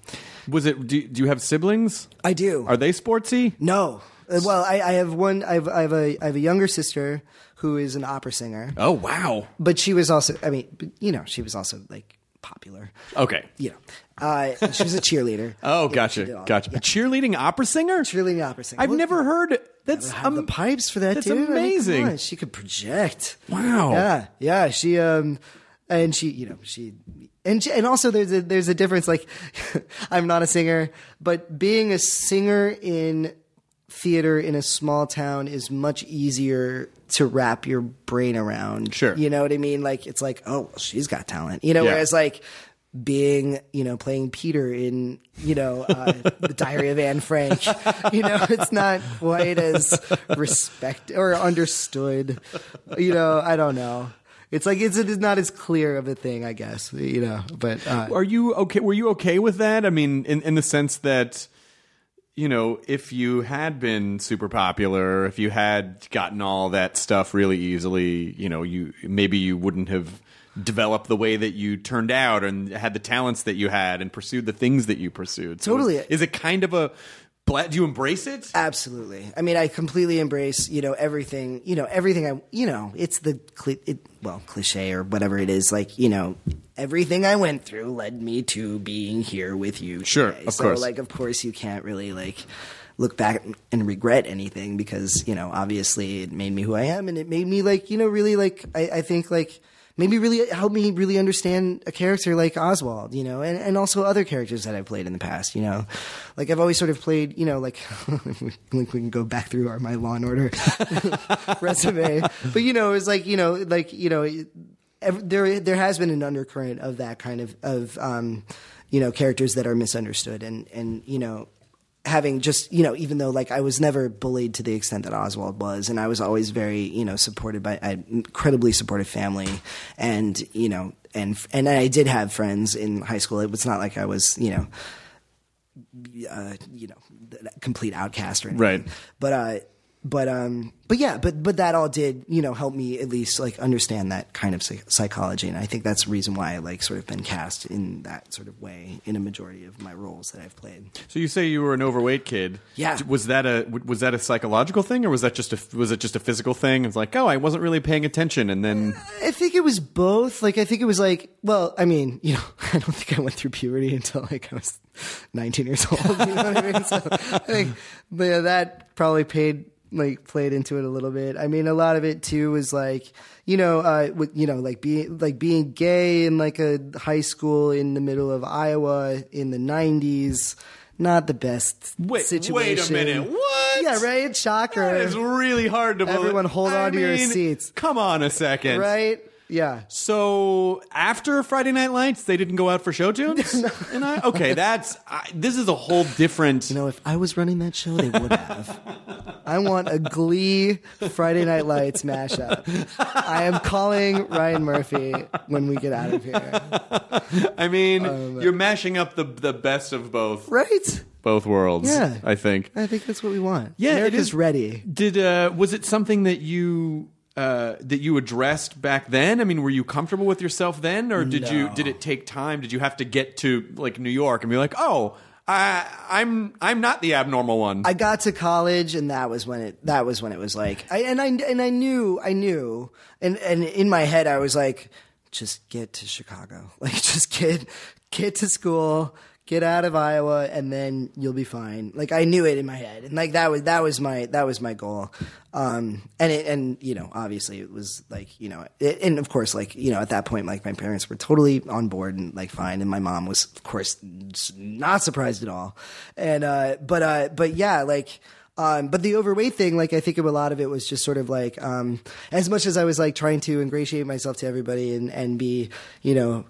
Speaker 1: Was it? Do, do you have siblings?
Speaker 4: I do.
Speaker 1: Are they sportsy?
Speaker 4: no, Uh, well, I, I have one. I've I have a I have a younger sister who is an opera singer,
Speaker 1: Oh wow.
Speaker 4: but she was also. I mean, but, you know, she was also like popular.
Speaker 1: Okay.
Speaker 4: you know, uh, she was a cheerleader.
Speaker 1: Oh,
Speaker 4: Yeah, she
Speaker 1: gotcha,
Speaker 4: did all-
Speaker 1: gotcha. A cheerleading opera singer?
Speaker 4: Cheerleading opera singer.
Speaker 1: I've
Speaker 4: Well,
Speaker 1: never heard. That's
Speaker 4: Have the
Speaker 1: um,
Speaker 4: pipes for that.
Speaker 1: that's
Speaker 4: dude. I mean, come
Speaker 1: amazing.
Speaker 4: on, she could project.
Speaker 1: Wow.
Speaker 4: Yeah, yeah. She um, and she, you know, she. And, she, and also there's a there's a difference like I'm not a singer but being a singer in theater in a small town is much easier to wrap your brain around
Speaker 1: Sure.
Speaker 4: you know what I mean like it's like oh well, she's got talent you know
Speaker 1: Yeah.
Speaker 4: whereas like being you know playing Peter in you know uh, the Diary of Anne Frank you know it's not quite as respect or understood you know I don't know it's like it's, it's not as clear of a thing I guess you know but uh,
Speaker 1: Are you okay? Were you okay with that? I mean, in in the sense that, you know, if you had been super popular, if you had gotten all that stuff really easily, you know, you maybe you wouldn't have developed the way that you turned out and had the talents that you had and pursued the things that you pursued. So
Speaker 4: Totally.
Speaker 1: is, is it kind of a? bla- Do you embrace it?
Speaker 4: Absolutely. I mean, I completely embrace, you know, everything, you know, everything I, you know, it's the, cli- it, well, cliche or whatever it is, like, you know, everything I went through led me to being here with you.
Speaker 1: Sure,
Speaker 4: today.
Speaker 1: of
Speaker 4: so,
Speaker 1: course.
Speaker 4: like, of course, you can't really, like, look back and regret anything because, you know, obviously it made me who I am and it made me, like, you know, really, like, I, I think, like, Maybe really help me really understand a character like Oswald, you know, and, and also other characters that I've played in the past, you know. Like I've always sort of played, you know, like like we can go back through our my Law and Order resume, but you know, it's like you know, like you know, ev there there has been an undercurrent of that kind of of um, you know characters that are misunderstood and and you know having just you know even though like i was never bullied to the extent that oswald was and i was always very you know supported by an incredibly supportive family and you know and and i did have friends in high school it was not like i was you know uh, you know th- th- complete outcast or anything.
Speaker 1: Right.
Speaker 4: but uh but um but yeah but but that all did you know help me at least like understand that kind of psych- psychology and i think that's the reason why i like sort of been cast in that sort of way in a majority of my roles that i've played
Speaker 1: So you say you were an overweight kid.
Speaker 4: Yeah.
Speaker 1: D- Was that a w- was that a psychological thing, or was that just a was it just a physical thing? It's like, oh, I wasn't really paying attention, and then
Speaker 4: I think it was both. Like, I think it was like, well, I mean, you know, I don't think I went through puberty until like I was 19 years old. You know what I mean? So, I think, but yeah, that probably paid like played into it a little bit. I mean, a lot of it too was like, you know, uh, with- you know, like being like being gay in like a high school in the middle of Iowa in the 90s. Not the best
Speaker 1: wait, wait a
Speaker 4: situation.
Speaker 1: minute, what?
Speaker 4: Yeah, right. Shocker.
Speaker 1: That is really hard to. believe.
Speaker 4: Everyone hold
Speaker 1: I
Speaker 4: on to your
Speaker 1: mean,
Speaker 4: seats.
Speaker 1: Come on a second,
Speaker 4: right. Yeah.
Speaker 1: So after Friday Night Lights, they didn't go out for show tunes. and I, okay, that's I, this is a whole different.
Speaker 4: You know, if I was running that show, they would have. I want a Glee Friday Night Lights mashup. I am calling Ryan Murphy when we get out of here.
Speaker 1: I mean, you're mashing up the the best of both
Speaker 4: Right?
Speaker 1: both worlds.
Speaker 4: Yeah.
Speaker 1: I think.
Speaker 4: I think that's what we want.
Speaker 1: Yeah, it
Speaker 4: America's
Speaker 1: is-
Speaker 4: ready.
Speaker 1: Did uh, was it something that you uh, that you addressed back then? I mean, were you comfortable with yourself then, or did you did it take time? Did you have to get to like New York and be like, oh, I, I'm I'm not the abnormal one.
Speaker 4: I got to college, and that was when it that was when it was like, I, and I and I knew, I knew, and and in my head, I was like, just get to Chicago, like just get get to school, get out of Iowa and then you'll be fine. Like I knew it in my head, and like that was that was my that was my goal. Um, and it and you know obviously it was like you know it, and of course like you know at that point like my parents were totally on board and like fine, and my mom was of course not surprised at all. And uh, but uh, but yeah, like. Um, but the overweight thing, like I think of a lot of it was just sort of like, um, as much as I was like trying to ingratiate myself to everybody and, and be, you know,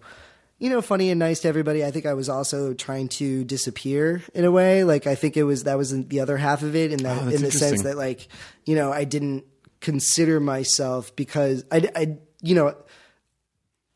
Speaker 4: you know, funny and nice to everybody. I think I was also trying to disappear in a way. Like I think it was that was the other half of it, in that in the sense that like you know I didn't consider myself because I, I you know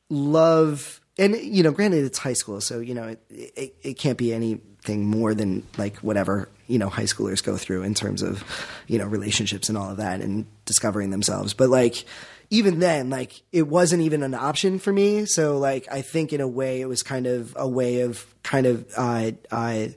Speaker 4: love and you know granted it's high school so you know it, it, it can't be anything more than like whatever you know high schoolers go through in terms of you know relationships and all of that and discovering themselves but like even then like it wasn't even an option for me so like i think in a way it was kind of a way of kind of uh, uh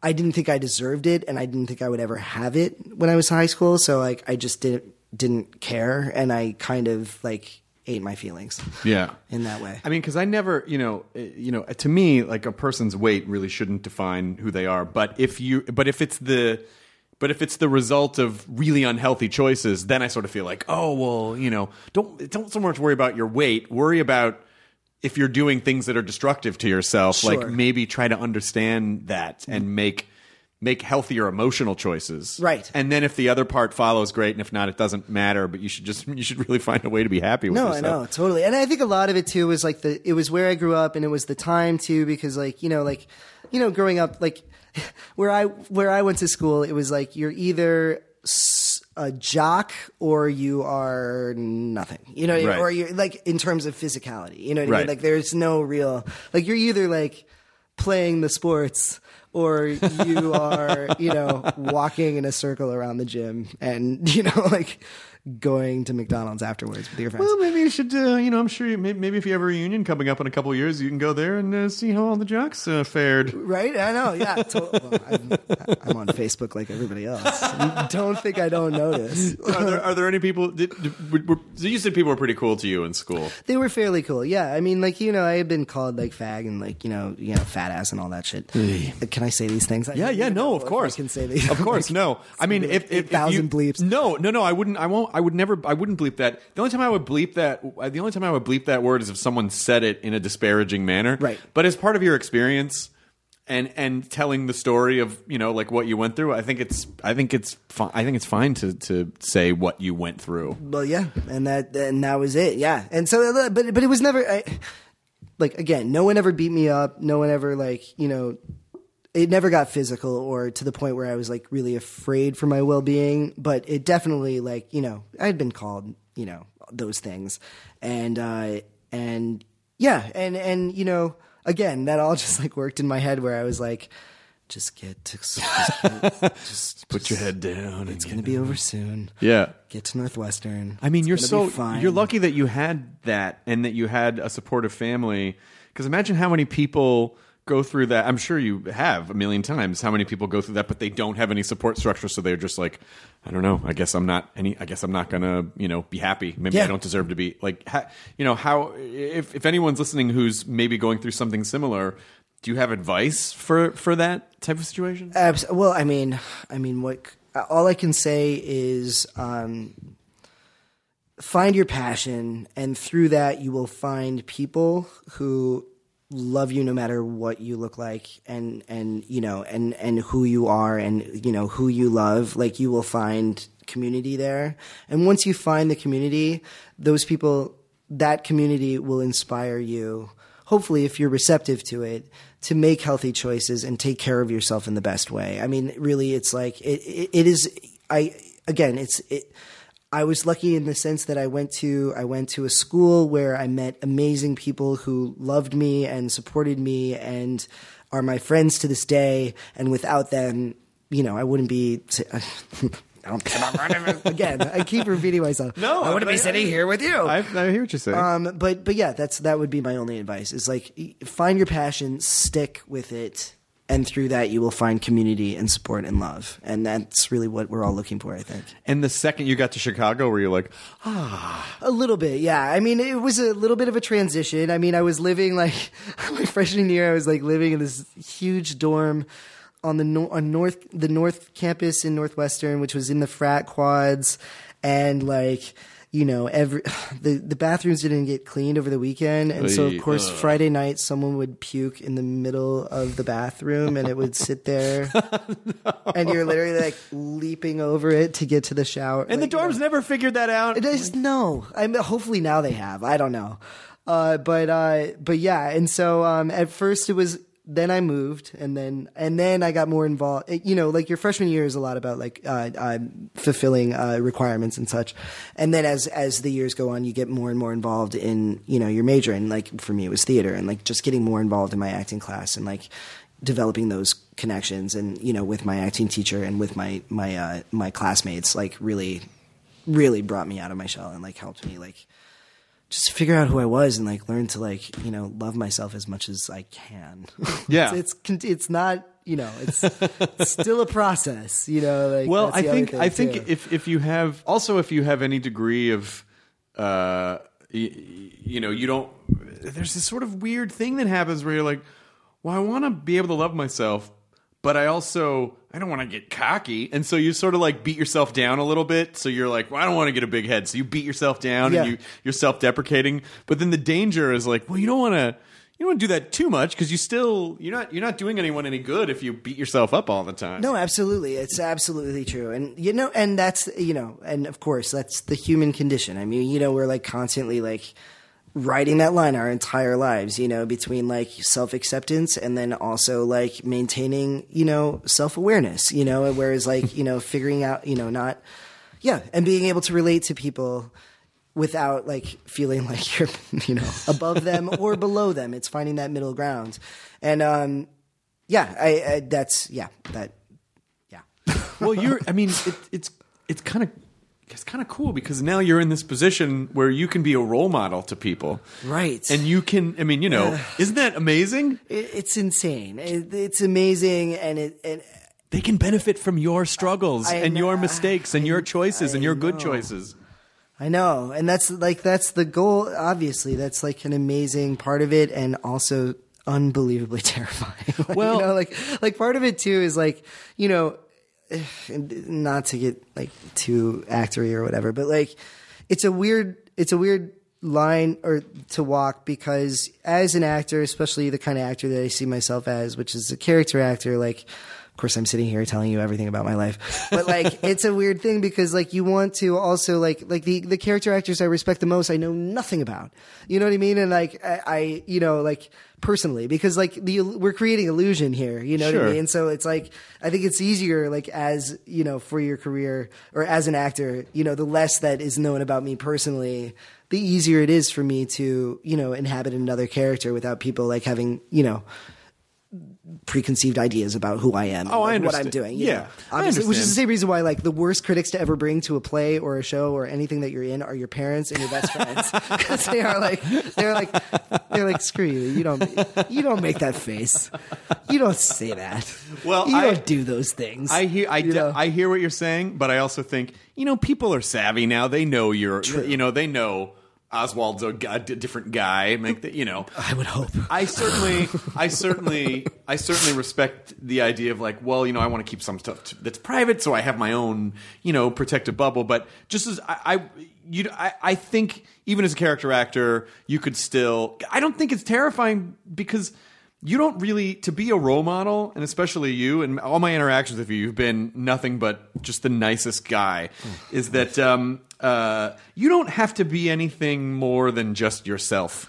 Speaker 4: I didn't think I deserved it, and I didn't think I would ever have it when I was in high school. So like, I just didn't didn't care, and I kind of like ate my feelings
Speaker 1: Yeah.
Speaker 4: in that way.
Speaker 1: I mean, because I never, you know, uh, you know, to me, like a person's weight really shouldn't define who they are. But if you, but if it's the, but if it's the result of really unhealthy choices, then I sort of feel like, oh well, you know, don't don't so much worry about your weight. Worry about if you're doing things that are destructive to yourself. Like
Speaker 4: Sure.
Speaker 1: maybe try to understand that and make make healthier emotional choices.
Speaker 4: Right.
Speaker 1: And then if the other part follows, great. And if not, it doesn't matter. But you should just you should really find a way to be happy with
Speaker 4: No, I
Speaker 1: yourself.
Speaker 4: know totally, and I think a lot of it too was like the it was where I grew up, and it was the time too because like you know like you know growing up like where I where I went to school, it was like you're either s- a jock or you are nothing, you know,
Speaker 1: Right.
Speaker 4: or you're like in terms of physicality, you know what I
Speaker 1: Right.
Speaker 4: mean? Like there's no real like you're either like playing the sports. Or you are, you know, walking in a circle around the gym and, you know, like going to McDonald's afterwards with your friends.
Speaker 1: Well, maybe you should. Uh, you know, I'm sure. You, may- maybe if you have a reunion coming up in a couple of years, you can go there and uh, see how all the jocks uh, fared.
Speaker 4: Right? I know. Yeah. To- well, I'm, I'm on Facebook like everybody else. Don't think I don't notice.
Speaker 1: are, there, are there any people? Did, did, were, were- so you said people were pretty cool to you in school.
Speaker 4: They were fairly cool. Yeah. I mean, like you know, I had been called like fag and like you know, you know, fat ass and all that shit. Can I say these things? I
Speaker 1: Yeah,
Speaker 4: don't
Speaker 1: yeah,
Speaker 4: even
Speaker 1: no,
Speaker 4: know
Speaker 1: of
Speaker 4: if I
Speaker 1: course,
Speaker 4: can say these.
Speaker 1: Of course, no. I mean,
Speaker 4: gonna be
Speaker 1: if,
Speaker 4: like
Speaker 1: if, if
Speaker 4: 8,000
Speaker 1: you-
Speaker 4: bleeps.
Speaker 1: No, no, no. I wouldn't. I won't. I would never. I wouldn't bleep that. The only time I would bleep that. uh, The only time I would bleep that word is if someone said it in a disparaging manner.
Speaker 4: Right.
Speaker 1: But as part of your experience. And and telling the story of you know like what you went through, I think it's I think it's fine. I think it's fine to to say what you went through.
Speaker 4: Well, yeah, and that and that was it. Yeah, and so uh, but but it was never I, like again. No one ever beat me up. No one ever like you know. It never got physical or to the point where I was like really afraid for my well being. But it definitely like you know I had been called you know those things, and uh, and yeah, and and you know again that all just like worked in my head where I was like. Just get to just get, just
Speaker 1: Put your head down.
Speaker 4: it's gonna be over soon.
Speaker 1: Yeah.
Speaker 4: Get to Northwestern.
Speaker 1: I mean,
Speaker 4: It's
Speaker 1: you're
Speaker 4: gonna
Speaker 1: so
Speaker 4: be fine.
Speaker 1: you're lucky that you had that and that you had a supportive family. Because imagine how many people go through that. I'm sure you have a million times. How many people go through that, but they don't have any support structure, so they're just like, I don't know. I guess I'm not any. I guess I'm not gonna, you know, be happy. Maybe I
Speaker 4: Yeah.
Speaker 1: don't deserve to be like, ha, you know, how if if anyone's listening who's maybe going through something similar. Do you have advice for, for that type of situation?
Speaker 4: Abs- well, I mean, I mean, what? c- All I can say is, um, find your passion, and through that, you will find people who love you no matter what you look like, and and you know, and and who you are, and you know who you love. Like you will find community there, and once you find the community, those people, that community will inspire you hopefully if you're receptive to it to make healthy choices and take care of yourself in the best way i mean really it's like it, it, it is i again it's it I was lucky in the sense that I went to I went to a school where I met amazing people who loved me and supported me and are my friends to this day. And without them, you know, I wouldn't be. I don't, again, I keep repeating myself. No, I wouldn't be sitting here with you.
Speaker 1: I, I hear what you're saying.
Speaker 4: Oh. Um, but but yeah, that's that would be my only advice. Is like y- find your passion, stick with it, and through that you will find community and support and love, and that's really what we're all looking for, I think.
Speaker 1: And the second you got to Chicago, were you like,
Speaker 4: A little bit, yeah. I mean, it was a little bit of a transition. I mean, I was living like my freshman year, I was like living in this huge dorm on the nor- on north the north campus in Northwestern, which was in the frat quads, and like you know every the the bathrooms didn't get cleaned over the weekend, and so of
Speaker 1: uh.
Speaker 4: course Friday night someone would puke in the middle of the bathroom, and it would sit there, and you're literally like leaping over it to get to the shower.
Speaker 1: and
Speaker 4: like,
Speaker 1: the
Speaker 4: you know.
Speaker 1: dorms never figured that out?
Speaker 4: It is no. I mean, hopefully now they have. I don't know, uh, but uh, but yeah. And so um, at first it was. Then I moved, and then and then I got more involved. It- You know, like your freshman year is a lot about like uh, uh, fulfilling uh, requirements and such. And then as as the years go on, you get more and more involved in you know your major. And like for me, it was theater, and like just getting more involved in my acting class, and like developing those connections, and you know with my acting teacher and with my my uh, my classmates, like really really brought me out of my shell and like helped me like just figure out who I was and like learn to like you know love myself as much as I can.
Speaker 1: Yeah.
Speaker 4: it's, it's con- it's not you know it's, it's still a process. You know, like
Speaker 1: well,
Speaker 4: that's
Speaker 1: I
Speaker 4: the other
Speaker 1: think
Speaker 4: thing,
Speaker 1: I think
Speaker 4: too.
Speaker 1: if if you have also if you have any degree of, uh, y- you know, you don't. There's this sort of weird thing that happens where you're like, well, I want to be able to love myself, but I also I don't want to get cocky, and so you sort of like beat yourself down a little bit. So you're like, well, I don't want to get a big head, so you beat yourself down
Speaker 4: Yeah.
Speaker 1: and you you're self deprecating. But then the danger is like, well, you don't want to. You don't want to do that too much because you still you're not you're not doing anyone any good if you beat yourself up all the time.
Speaker 4: No, absolutely. It's absolutely true. And you know and that's you know, and of course that's the human condition. I mean, you know, we're like constantly like riding that line our entire lives, you know, between like self-acceptance and then also like maintaining, you know, self-awareness, you know, whereas like, you know, figuring out, you know, not yeah, and being able to relate to people without like feeling like you're, you know, above them or below them. It's finding that middle ground. And um yeah, I, I that's yeah, that yeah.
Speaker 1: well, you're. I mean, it, it's it's kind of it's kind of cool because now you're in this position where you can be a role model to people,
Speaker 4: Right.
Speaker 1: And you can. I mean, you know, isn't that amazing?
Speaker 4: It, it's insane. It, it's amazing and it and
Speaker 1: They can benefit from your struggles
Speaker 4: I
Speaker 1: and
Speaker 4: know-
Speaker 1: your mistakes and your choices and your good choices.
Speaker 4: I know. And that's like that's the goal obviously. That's like an amazing part of it and also unbelievably terrifying. Like,
Speaker 1: Well-
Speaker 4: you know, like like part of it too is like, you know, not to get like too actory or whatever, but like it's a weird it's a weird line or to walk because as an actor, especially the kind of actor that I see myself as, which is a character actor, like of course I'm sitting here telling you everything about my life. But like it's a weird thing because like you want to also like like the the character actors I respect the most I know nothing about. You know what I mean? And like I, I you know like personally because like the we're creating illusion here, you know what
Speaker 1: Sure.
Speaker 4: I mean? And so it's like I think it's easier like as you know for your career or as an actor, you know, the less that is known about me personally, the easier it is for me to you know inhabit another character without people like having you know preconceived ideas about who I am and
Speaker 1: Oh, I
Speaker 4: like, what
Speaker 1: understand.
Speaker 4: I'm doing. you
Speaker 1: Yeah,
Speaker 4: know.
Speaker 1: I
Speaker 4: obviously, which is
Speaker 1: understand.
Speaker 4: the same reason why like the worst critics to ever bring to a play or a show or anything that you're in are your parents and your best friends because they are like they're like they're like screw you you don't you don't make that face you don't say that
Speaker 1: Well,
Speaker 4: you
Speaker 1: I-
Speaker 4: don't do those things
Speaker 1: I hear, I,
Speaker 4: you
Speaker 1: de-
Speaker 4: know?
Speaker 1: I hear what you're saying, but I also think you know people are savvy now. They know you're, you know, they know Oswald's a, g- a d- different guy. Make the, you know,
Speaker 4: I would hope
Speaker 1: I certainly, I certainly, I certainly respect the idea of like, well, you know, I want to keep some stuff t- that's private, so I have my own, you know, protective bubble. But just as I, I you, I, I think even as a character actor, you could still. I don't think it's terrifying because you don't really to be a role model, and especially you and all my interactions with you, you've been nothing but just the nicest guy. is that um, uh, you don't have to be anything more than just yourself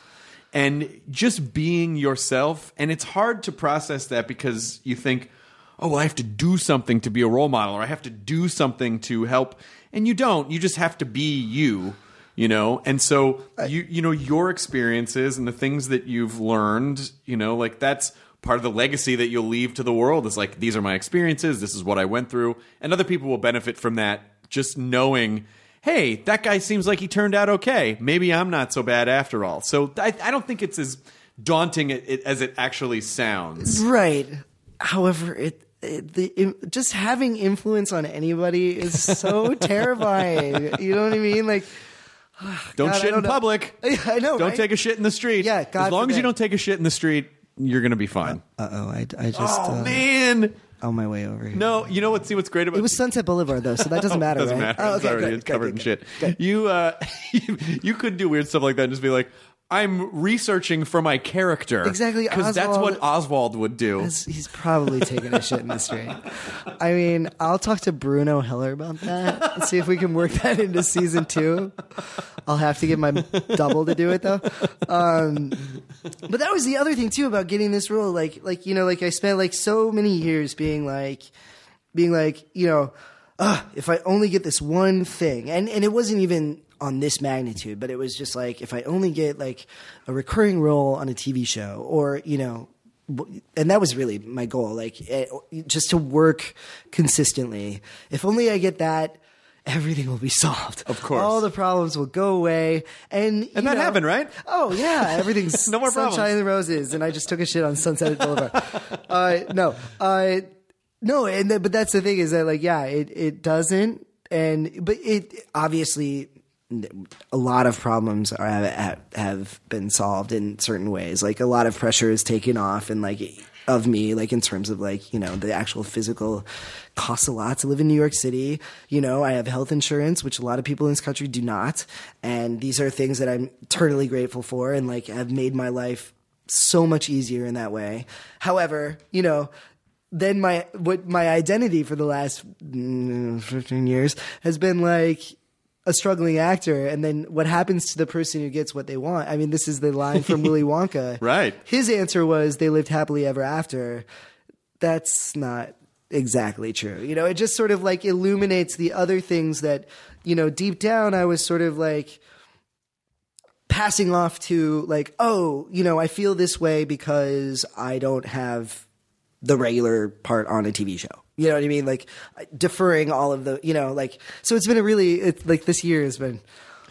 Speaker 1: and just being yourself. And it's hard to process that because you think, oh, well, I have to do something to be a role model, or I have to do something to help. And you don't. You just have to be you, you know. And so you, you know, your experiences and the things that you've learned, you know, like that's part of the legacy that you'll leave to the world. Is like these are my experiences. This is what I went through, and other people will benefit from that. Just knowing hey, that guy seems like he turned out okay. Maybe I'm not so bad after all. So I, I don't think it's as daunting a- it- as it actually sounds.
Speaker 4: right however, it, it the im- just having influence on anybody is so terrifying. You know what I mean? Like,
Speaker 1: Don't
Speaker 4: God, I
Speaker 1: shit
Speaker 4: don't
Speaker 1: in
Speaker 4: know.
Speaker 1: public.
Speaker 4: I know.
Speaker 1: Don't
Speaker 4: right?
Speaker 1: take a shit in the street.
Speaker 4: Yeah,
Speaker 1: as
Speaker 4: God
Speaker 1: long as you
Speaker 4: forbid.
Speaker 1: don't take a shit in the street, you're gonna be fine.
Speaker 4: Uh oh, I, I just
Speaker 1: oh
Speaker 4: uh,
Speaker 1: man,
Speaker 4: on my way over here.
Speaker 1: no. You know what? See what's great about
Speaker 4: It was Sunset Boulevard though, so that doesn't matter.
Speaker 1: doesn't
Speaker 4: right?
Speaker 1: matter.
Speaker 4: Oh,
Speaker 1: it's
Speaker 4: okay,
Speaker 1: already
Speaker 4: good,
Speaker 1: it's
Speaker 4: good,
Speaker 1: covered
Speaker 4: good,
Speaker 1: in shit. You, uh, you could do weird stuff like that and just be like, I'm researching for my character
Speaker 4: Exactly,
Speaker 1: because that's
Speaker 4: Oswald-
Speaker 1: what Oswald would do.
Speaker 4: He's, he's probably taking a shit in the street. I mean, I'll talk to Bruno Heller about that and see if we can work that into season two. I'll have to get my double to do it though. Um, but that was the other thing too about getting this role. Like, like you know, like I spent like so many years being like, being like, you know, Ugh, if I only get this one thing, and and it wasn't even on this magnitude, but it was just like if I only get like a recurring role on a TV show, or you know, w- and that was really my goal, like eh, just to work consistently. If only I get that. Everything will be solved. Of
Speaker 1: course.
Speaker 4: all the problems will go away, and you
Speaker 1: and that
Speaker 4: know-
Speaker 1: happened, right?
Speaker 4: Oh yeah, everything's
Speaker 1: No more
Speaker 4: sunshine
Speaker 1: problems.
Speaker 4: and roses, and I just took a shit on Sunset Boulevard. uh, no, uh, no, and th- but that's the thing is that like yeah, it it doesn't, and but it obviously a lot of problems are have, have been solved in certain ways. Like a lot of pressure is taken off, and like of me, like in terms of like you know the actual physical costs a lot to live in New York City. You know, I have health insurance, which a lot of people in this country do not, and these are things that I'm eternally grateful for, and like have made my life so much easier in that way. However, you know, then my what my identity for the last mm, 15 years has been like a struggling actor and then what happens to the person who gets what they want i mean this is the line from willy wonka
Speaker 1: Right.
Speaker 4: his answer was they lived happily ever after that's not exactly true you know it just sort of like illuminates the other things that you know deep down i was sort of like passing off to like, oh, you know, I feel this way because I don't have the regular part on a TV show. You know what I mean? Like deferring all of the, you know, like so. It's been a really, it's like this year has been.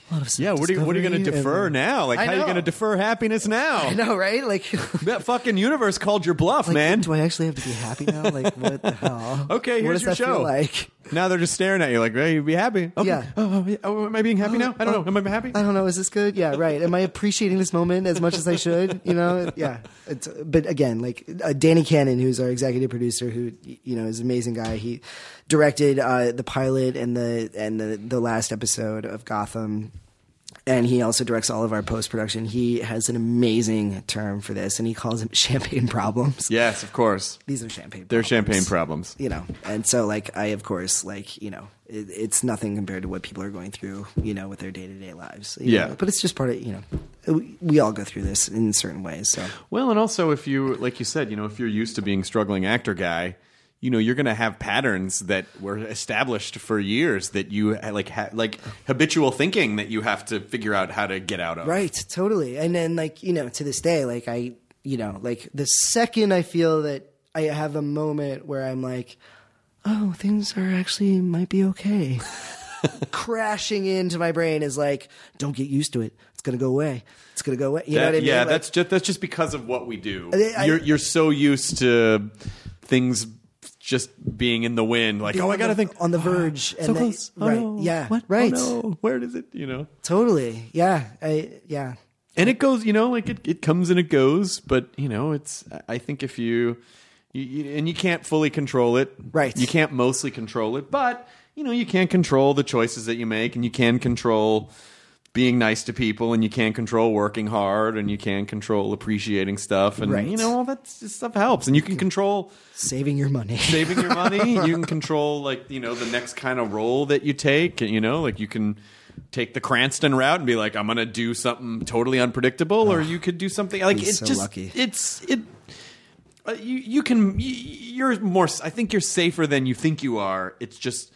Speaker 4: a lot of
Speaker 1: Yeah, what are you, what are you going to
Speaker 4: self-discovery
Speaker 1: defer
Speaker 4: and-
Speaker 1: now? Like,
Speaker 4: I
Speaker 1: how are you
Speaker 4: know.
Speaker 1: going to defer happiness now?
Speaker 4: I know, right? Like,
Speaker 1: That fucking universe called your bluff,
Speaker 4: like,
Speaker 1: man.
Speaker 4: do I actually have to be happy now? Like, what the hell?
Speaker 1: Okay,
Speaker 4: what
Speaker 1: here's
Speaker 4: does
Speaker 1: your
Speaker 4: that
Speaker 1: show.
Speaker 4: Feel like,
Speaker 1: Now they're just staring at you like, hey, you be happy. Okay.
Speaker 4: Yeah.
Speaker 1: Oh, oh, oh, am I being happy now? I don't
Speaker 4: oh,
Speaker 1: know. Am I happy?
Speaker 4: I don't know. Is this good? Yeah, right. Am I appreciating this moment as much as I should? You know, yeah. It's, but again, like uh, Danny Cannon, who's our executive producer, who y- you know is an amazing guy. He directed uh, the pilot and the and the, the last episode of Gotham. And he also directs all of our post production. He has an amazing term for this, and he calls them champagne problems.
Speaker 1: Yes, of course.
Speaker 4: These are champagne.
Speaker 1: They're
Speaker 4: problems
Speaker 1: champagne problems.
Speaker 4: you know and so like i of course like you know it, it's nothing compared to what people are going through you know with their day-to-day lives you
Speaker 1: Yeah.
Speaker 4: know. but it's just part of you know we, we all go through this in certain ways so
Speaker 1: Well, and also if you, like you said, you know, if you're used to being struggling actor guy, you know, you're going to have patterns that were established for years that you like, ha- like habitual thinking that you have to figure out how to get out of.
Speaker 4: right totally and then like you know to this day like i you know like the second i feel that i have a moment where i'm like oh things are actually might be okay crashing into my brain is like don't get used to it it's gonna go away it's gonna go away you know
Speaker 1: That-
Speaker 4: what i mean
Speaker 1: yeah,
Speaker 4: Like-
Speaker 1: that's just that's just because of what we do.
Speaker 4: I- I-
Speaker 1: you're you're so used to things just being in the wind. Like, oh, I
Speaker 4: on
Speaker 1: gotta
Speaker 4: the-
Speaker 1: think
Speaker 4: on the verge and
Speaker 1: so
Speaker 4: the-
Speaker 1: close. Oh,
Speaker 4: right,
Speaker 1: no.
Speaker 4: yeah,
Speaker 1: What? Oh,
Speaker 4: right.
Speaker 1: no. Where does it? You know.
Speaker 4: Totally. Yeah. I yeah.
Speaker 1: and it goes you know like it, it comes and it goes but you know it's I- i think if you, you, you and you can't fully control it
Speaker 4: Right.
Speaker 1: you can't mostly control it but you know you can control the choices that you make and you can control being nice to people and you can control working hard and you can control appreciating stuff and
Speaker 4: Right.
Speaker 1: you know all that s- stuff helps and you can control
Speaker 4: Saving your money.
Speaker 1: saving your money. You can control like you know the next kind of role that you take. You know, like you can take the Cranston route and be like, I'm gonna do something totally unpredictable, or you could do something like
Speaker 4: he's
Speaker 1: it's
Speaker 4: so
Speaker 1: just
Speaker 4: lucky.
Speaker 1: it's it. uh, you you can y- you're more. s- I think you're safer than you think you are. It's just.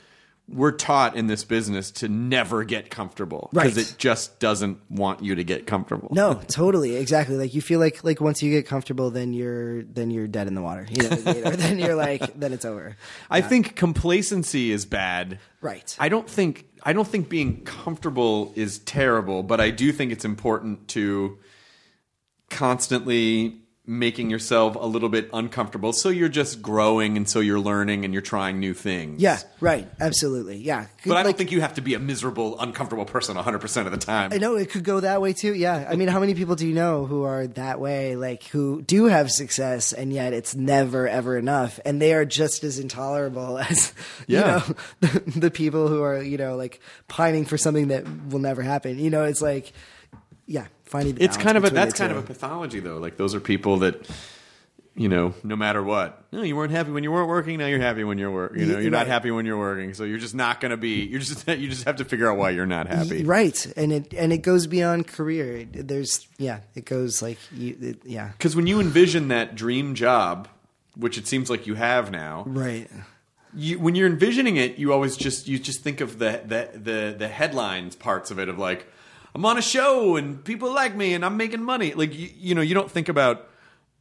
Speaker 1: We're taught in this business to never get comfortable because
Speaker 4: Right.
Speaker 1: it just doesn't want you to get comfortable.
Speaker 4: No, totally, exactly. Like you feel like like once you get comfortable, then you're then you're dead in the water. You know, you know, then you're like then it's over.
Speaker 1: I think complacency is bad.
Speaker 4: Right.
Speaker 1: I don't think I don't think being comfortable is terrible, but I do think it's important to constantly making yourself a little bit uncomfortable. So you're just growing and so you're learning and you're trying new things.
Speaker 4: Yeah, right. Absolutely. Yeah.
Speaker 1: But I don't think you have to be a miserable, uncomfortable person 100% of the time.
Speaker 4: I know it could go that way too. Yeah. I mean, how many people do you know who are that way, like who do have success and yet it's never ever enough and they are just as intolerable as
Speaker 1: Yeah.
Speaker 4: you know the, the people who are, you know, like pining for something that will never happen. You know, it's like yeah, finding the
Speaker 1: It's
Speaker 4: balance
Speaker 1: kind of a
Speaker 4: between
Speaker 1: that's
Speaker 4: the
Speaker 1: kind
Speaker 4: two.
Speaker 1: of a pathology though. Like those are people that you know, no matter what. No, you weren't happy when you weren't working. Now you're happy when you're working. You know,
Speaker 4: Y-
Speaker 1: you're not
Speaker 4: right.
Speaker 1: happy when you're working. So you're just not going to be. You're just you just have to figure out why you're not happy.
Speaker 4: Right, and it and it goes beyond career. It- There's yeah, it goes like you, it, yeah,
Speaker 1: Because when you envision that dream job, which it seems like you have now,
Speaker 4: right,
Speaker 1: you, when you're envisioning it, you always just you just think of the the the, the headlines parts of it of like I'm on a show and people like me and I'm making money. Like you, you know, you don't think about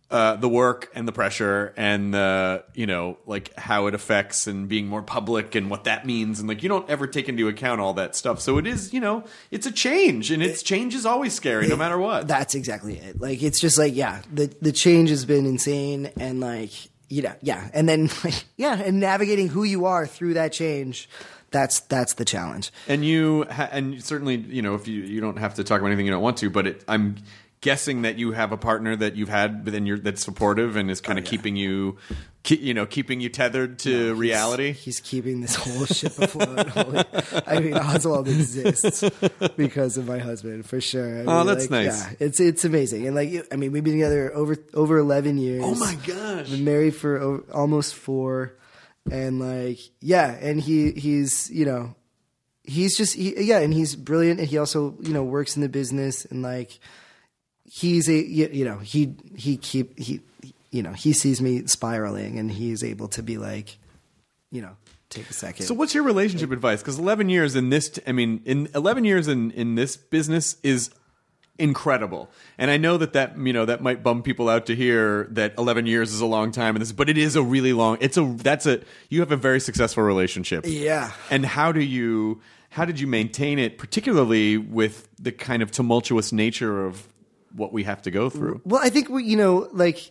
Speaker 1: uh, the work and the pressure and the you know like how it affects and being more public and what that means and like you don't ever take into account all that stuff. So it is you know it's a change and it's change is always scary no matter what.
Speaker 4: that's exactly it. Like it's just like yeah, the the change has been insane, and like you know yeah, and then like yeah, and navigating who you are through that change, that's that's the challenge.
Speaker 1: And you ha- and certainly, you know, if you you don't have to talk about anything you don't want to, but it, I'm guessing that you have a partner that you've had within your that's supportive and is kind of keeping you ke- you know, keeping you tethered to reality.
Speaker 4: He's keeping this whole ship afloat. Holy- I mean, Oswald exists because of my husband for sure. I
Speaker 1: Oh,
Speaker 4: mean,
Speaker 1: that's
Speaker 4: like,
Speaker 1: nice.
Speaker 4: Yeah, it's it's amazing, and like I mean, we've been together over over eleven years.
Speaker 1: Oh my gosh.
Speaker 4: been married for o almost four, and like yeah, and he he's you know he's just he, yeah, and he's brilliant, and he also you know works in the business, and like he's a you, you know he he keep he you know he sees me spiraling, and he's able to be like you know take a second.
Speaker 1: So what's your relationship advice? Cuz 11 years in this t- I mean, in 11 years in in this business is incredible. And I know that that, you know, that might bum people out to hear that 11 years is a long time and this but it is a really long. It's a that's a you have a very successful relationship.
Speaker 4: yeah.
Speaker 1: and how do you how did you maintain it particularly with the kind of tumultuous nature of what we have to go through
Speaker 4: Well, I think we, you know, like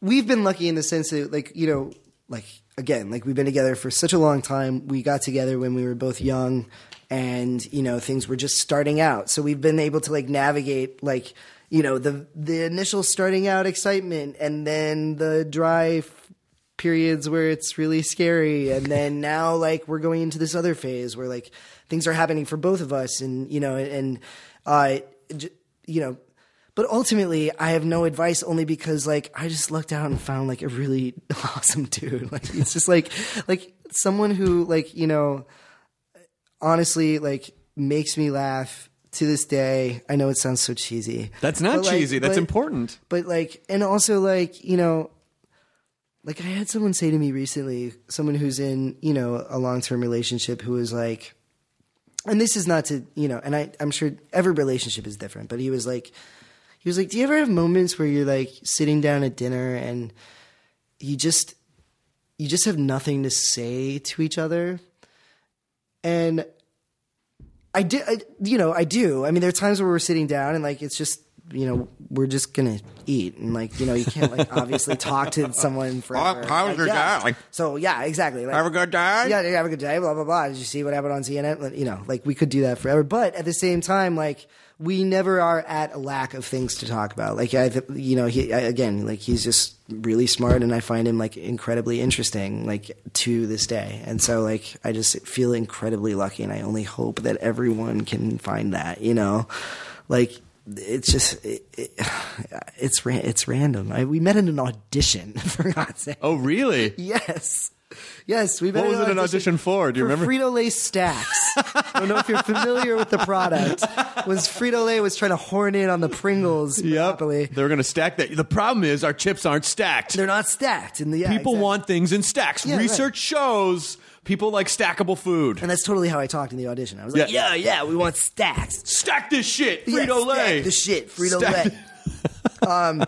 Speaker 4: we've been lucky in the sense that, like, you know, like again, like we've been together for such a long time. We got together when we were both young, and you know, things were just starting out. So we've been able to like navigate, like, you know, the the initial starting out excitement, and then the dry f- periods where it's really scary and then now like we're going into this other phase where like things are happening for both of us and you know and uh j- you know but ultimately i have no advice only because like i just lucked out and found like a really awesome dude like it's just like like someone who like you know honestly like makes me laugh to this day i know it sounds so cheesy
Speaker 1: that's not
Speaker 4: But, like,
Speaker 1: cheesy that's
Speaker 4: but-
Speaker 1: important
Speaker 4: but like and also like you know like i had someone say to me recently someone who's in you know a long-term relationship who was like and this is not to you know and I, i'm sure every relationship is different but he was like he was like do you ever have moments where you're like sitting down at dinner and you just you just have nothing to say to each other and I do, I, you know, I do. I mean, there are times where we're sitting down and like it's just, you know, we're just gonna eat and like, you know, you can't like obviously talk to someone forever.
Speaker 1: have a
Speaker 4: Like,
Speaker 1: good
Speaker 4: yeah.
Speaker 1: day. Like-
Speaker 4: So yeah, exactly. Like,
Speaker 1: Have a good day.
Speaker 4: Yeah, yeah, have a good day. Blah blah blah. Did you see what happened on CNN? Like, You know, like we could do that forever. But at the same time, like we never are at a lack of things to talk about. Like I, th- you know, he I, again, like he's just really smart, and I find him like incredibly interesting, like to this day. And so, like, I just feel incredibly lucky, and I only hope that everyone can find that. You know, like. It's just it, it, it's ra- it's random. I, we met in an audition for God's sake.
Speaker 1: oh really
Speaker 4: Yes. Yes, we
Speaker 1: What was it an audition for? Do you remember?
Speaker 4: Frito Lay stacks. I don't know if you're familiar with the product. Was Frito Lay was trying to horn in on the Pringles
Speaker 1: Yep.
Speaker 4: monopoly.
Speaker 1: They're going to stack that. The problem is our chips aren't stacked.
Speaker 4: They're not stacked, and the yeah,
Speaker 1: people
Speaker 4: exactly.
Speaker 1: want things in stacks.
Speaker 4: Yeah, right.
Speaker 1: Research shows people like stackable food.
Speaker 4: And that's totally how I talked in the audition. I was like,
Speaker 1: Yeah.
Speaker 4: "Yeah, yeah, we want stacks."
Speaker 1: stack this shit,
Speaker 4: Yeah,
Speaker 1: Frito Lay.
Speaker 4: stack The shit, Frito
Speaker 1: Stack-
Speaker 4: Lay. um,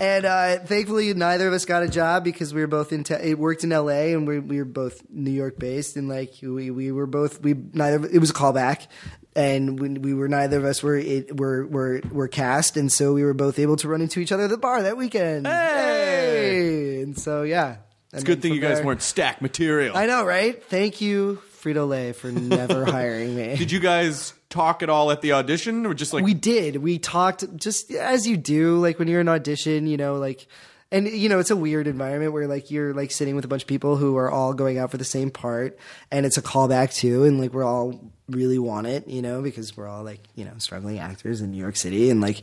Speaker 4: and uh, thankfully, neither of us got a job because we were both in. Te- it worked in L.A. and we, we were both New York based, and like we, we were both we neither. It was a callback, and when we were neither of us were it, were were were cast, and so we were both able to run into each other at the bar that weekend. Hey, and so yeah,
Speaker 1: It's a good thing you guys weren't stack material.
Speaker 4: I know, right? Thank you, Frito Lay, for never hiring me.
Speaker 1: Did you guys talk at all at the audition, or just like
Speaker 4: we did. We talked just as you do, like when you're in audition, you know, like and you know, it's a weird environment where like you're like sitting with a bunch of people who are all going out for the same part and it's a callback too, and like we're all really want it, you know, because we're all like, you know, struggling actors in New York City and like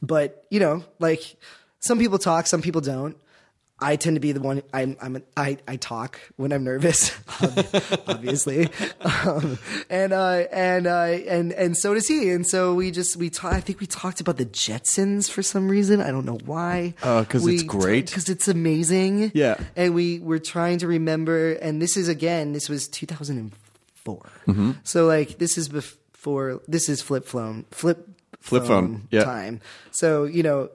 Speaker 4: but, you know, like some people talk, some people don't. I tend to be the one I'm, I'm a, I, I talk when I'm nervous, obviously. um, and, uh, and, uh, and, and so does he. And so we just, we ta- I think we talked about the Jetsons for some reason. I don't know why.
Speaker 1: Uh, 'cause
Speaker 4: We
Speaker 1: it's great.
Speaker 4: ta- 'cause it's amazing.
Speaker 1: Yeah.
Speaker 4: And we were trying to remember, and this is again, this was 2004.
Speaker 1: Mm-hmm.
Speaker 4: So like, this is before, this is flip phone, flip,
Speaker 1: Flip phone, yeah.
Speaker 4: time. So, you know,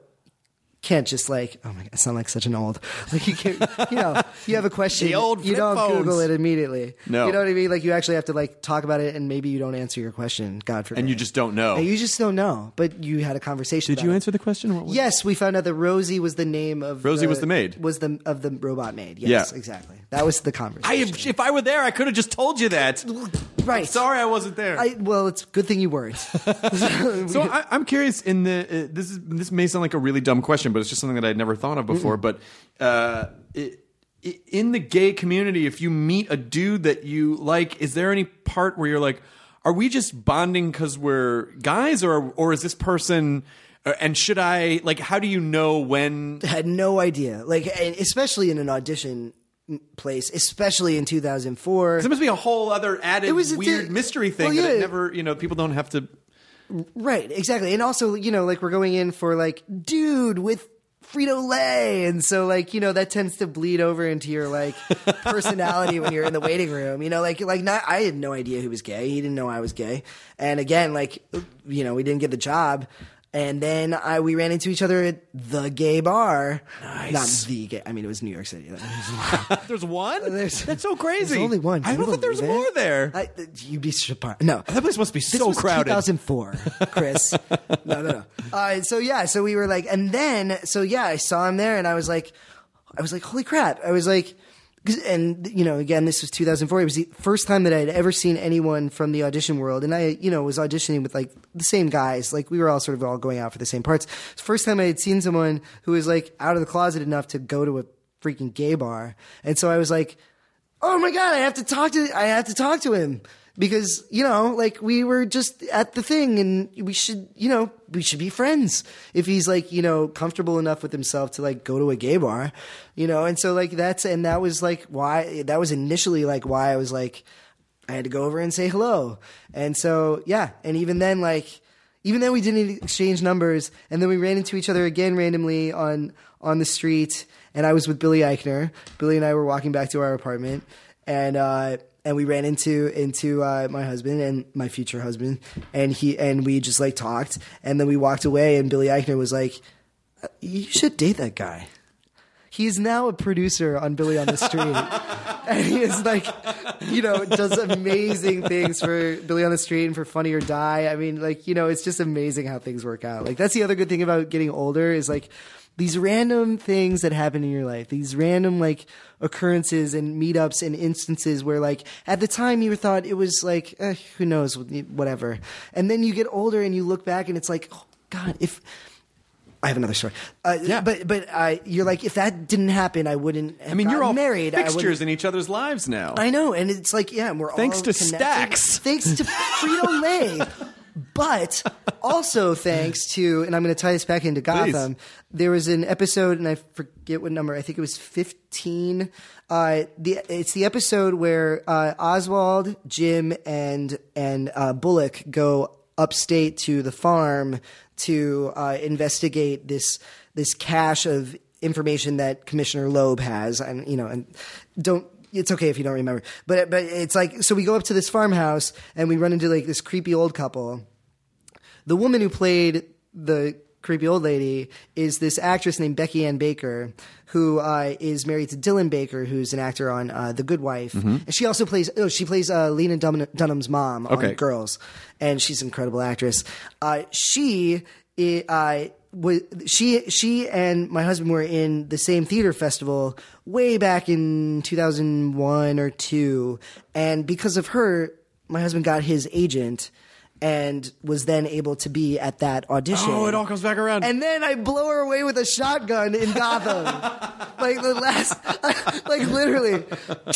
Speaker 4: can't just like oh my god, I sound like such an old like you can't you know you have a question
Speaker 1: The old
Speaker 4: you
Speaker 1: flip
Speaker 4: don't
Speaker 1: phones.
Speaker 4: Google it immediately
Speaker 1: No.
Speaker 4: you know what I mean like you actually have to like talk about it and maybe you don't answer your question God forbid
Speaker 1: and you just don't know?
Speaker 4: And you just don't know but you had a conversation
Speaker 1: did you answer the question? What was-
Speaker 4: yes we found out that Rosie was the name of
Speaker 1: Rosie was the maid.
Speaker 4: was the of the robot maid yes
Speaker 1: Yeah.
Speaker 4: exactly that was the conversation
Speaker 1: I if I were there, I could have just told you that.
Speaker 4: right
Speaker 1: Sorry, I wasn't there.
Speaker 4: I, well it's good thing you weren't
Speaker 1: so I, I'm curious. In the uh, this is this may sound like a really dumb question, but it's just something that I'd never thought of before. But uh, i i in the gay community, if you meet a dude that you like, is there any part where you're like, are we just bonding because we're guys, or or is this person? uh, And should I like? How do you know when?
Speaker 4: had no idea like and especially in an audition place especially in 2004
Speaker 1: There must be a whole other added
Speaker 4: It was a
Speaker 1: weird
Speaker 4: di-
Speaker 1: mystery thing
Speaker 4: Well,
Speaker 1: that it
Speaker 4: yeah.
Speaker 1: never. You know, people don't have to.
Speaker 4: Right, exactly. And also, you know, like we're going in for like dude with Frito Lay. And so like, you know, that tends to bleed over into your like personality when you're in the waiting room. You know, like like not I had no idea he was gay. He didn't know I was gay. And again, like you know, we didn't get the job. And then I we ran into each other at the gay bar. Not the gay. I mean, it was New York City.
Speaker 1: There's one.
Speaker 4: Uh, There's-
Speaker 1: That's so crazy.
Speaker 4: There's only one. Can
Speaker 1: I
Speaker 4: you
Speaker 1: don't think there's
Speaker 4: believe it?
Speaker 1: more there.
Speaker 4: I, you'd be surprised. No,
Speaker 1: That place must be
Speaker 4: This
Speaker 1: so
Speaker 4: was
Speaker 1: crowded.
Speaker 4: 2004, Chris. no, no, no. Uh, so yeah, so we were like, and then so yeah, I saw him there, and I was like, I was like, holy crap! I was like, 'cause- and you know, again, this was 2004. It was the first time that I had ever seen anyone from the audition world, and I, you know, was auditioning with like the same guys. Like we were all sort of all going out for the same parts. It's the first time I had seen someone who was like out of the closet enough to go to a freaking gay bar, and so I was like oh my god, I have to talk to I have to talk to him because you know, like we were just at the thing, and we should, you know, we should be friends if he's like you know comfortable enough with himself to like go to a gay bar, you know, and so like that's and that was like why that was initially like why I was like I had to go over and say hello, and so yeah, and even then like. Even then, we didn't e-, exchange numbers, and then we ran into each other again randomly on on the street. And I was with Billy Eichner. Billy and I were walking back to our apartment, and uh, and we ran into into uh, my husband and my future husband, and he and we just like talked, and then we walked away, and Billy Eichner was like, "Uh, "You should date that guy." He's now a producer on Billy on the Street. and he is like, you know, does amazing things for Billy on the Street and for Funny or Die. I mean, like, you know, it's just amazing how things work out. Like, that's the other good thing about getting older is like these random things that happen in your life, these random like occurrences and meetups and instances where like at the time you thought it was like, eh, who knows, whatever. And then you get older and you look back and it's like, oh, God, if. I have another story. Uh, yeah, but but uh, you're like if that didn't happen, I wouldn't. Have
Speaker 1: I mean, you're
Speaker 4: gotten
Speaker 1: all
Speaker 4: married. I wouldn't-
Speaker 1: fixtures in each other's lives now.
Speaker 4: I know, and it's like, yeah, and we're
Speaker 1: Thanks
Speaker 4: all
Speaker 1: to
Speaker 4: connected.
Speaker 1: Stax.
Speaker 4: Thanks to Frito Lay. But also thanks to, and I'm going to tie this back into Gotham. There was an episode, and I forget what number. I think it was 15. Uh, the it's the episode where uh, Oswald, Jim, and and uh, Bullock go upstate to the farm to uh, investigate this this cache of information that Commissioner Loeb has, and you know, and don't. It's okay if you don't remember, but but it's like so we go up to this farmhouse and we run into like this creepy old couple. The woman who played the creepy old lady is this actress named Becky Ann Baker, who uh, is married to Dylan Baker, who's an actor on uh, The Good Wife, and she also plays. Oh, she plays uh, Lena Dunham, Dunham's mom
Speaker 1: Okay.
Speaker 4: on Girls, and she's an incredible actress. Uh, she. i- uh, was she she and my husband were in the same theater festival way back in 2001 or 2 and because of her my husband got his agent and was then able to be at that audition
Speaker 1: Oh, it all comes back around.
Speaker 4: and then I blow her away with a shotgun in Gotham. like the last, like literally,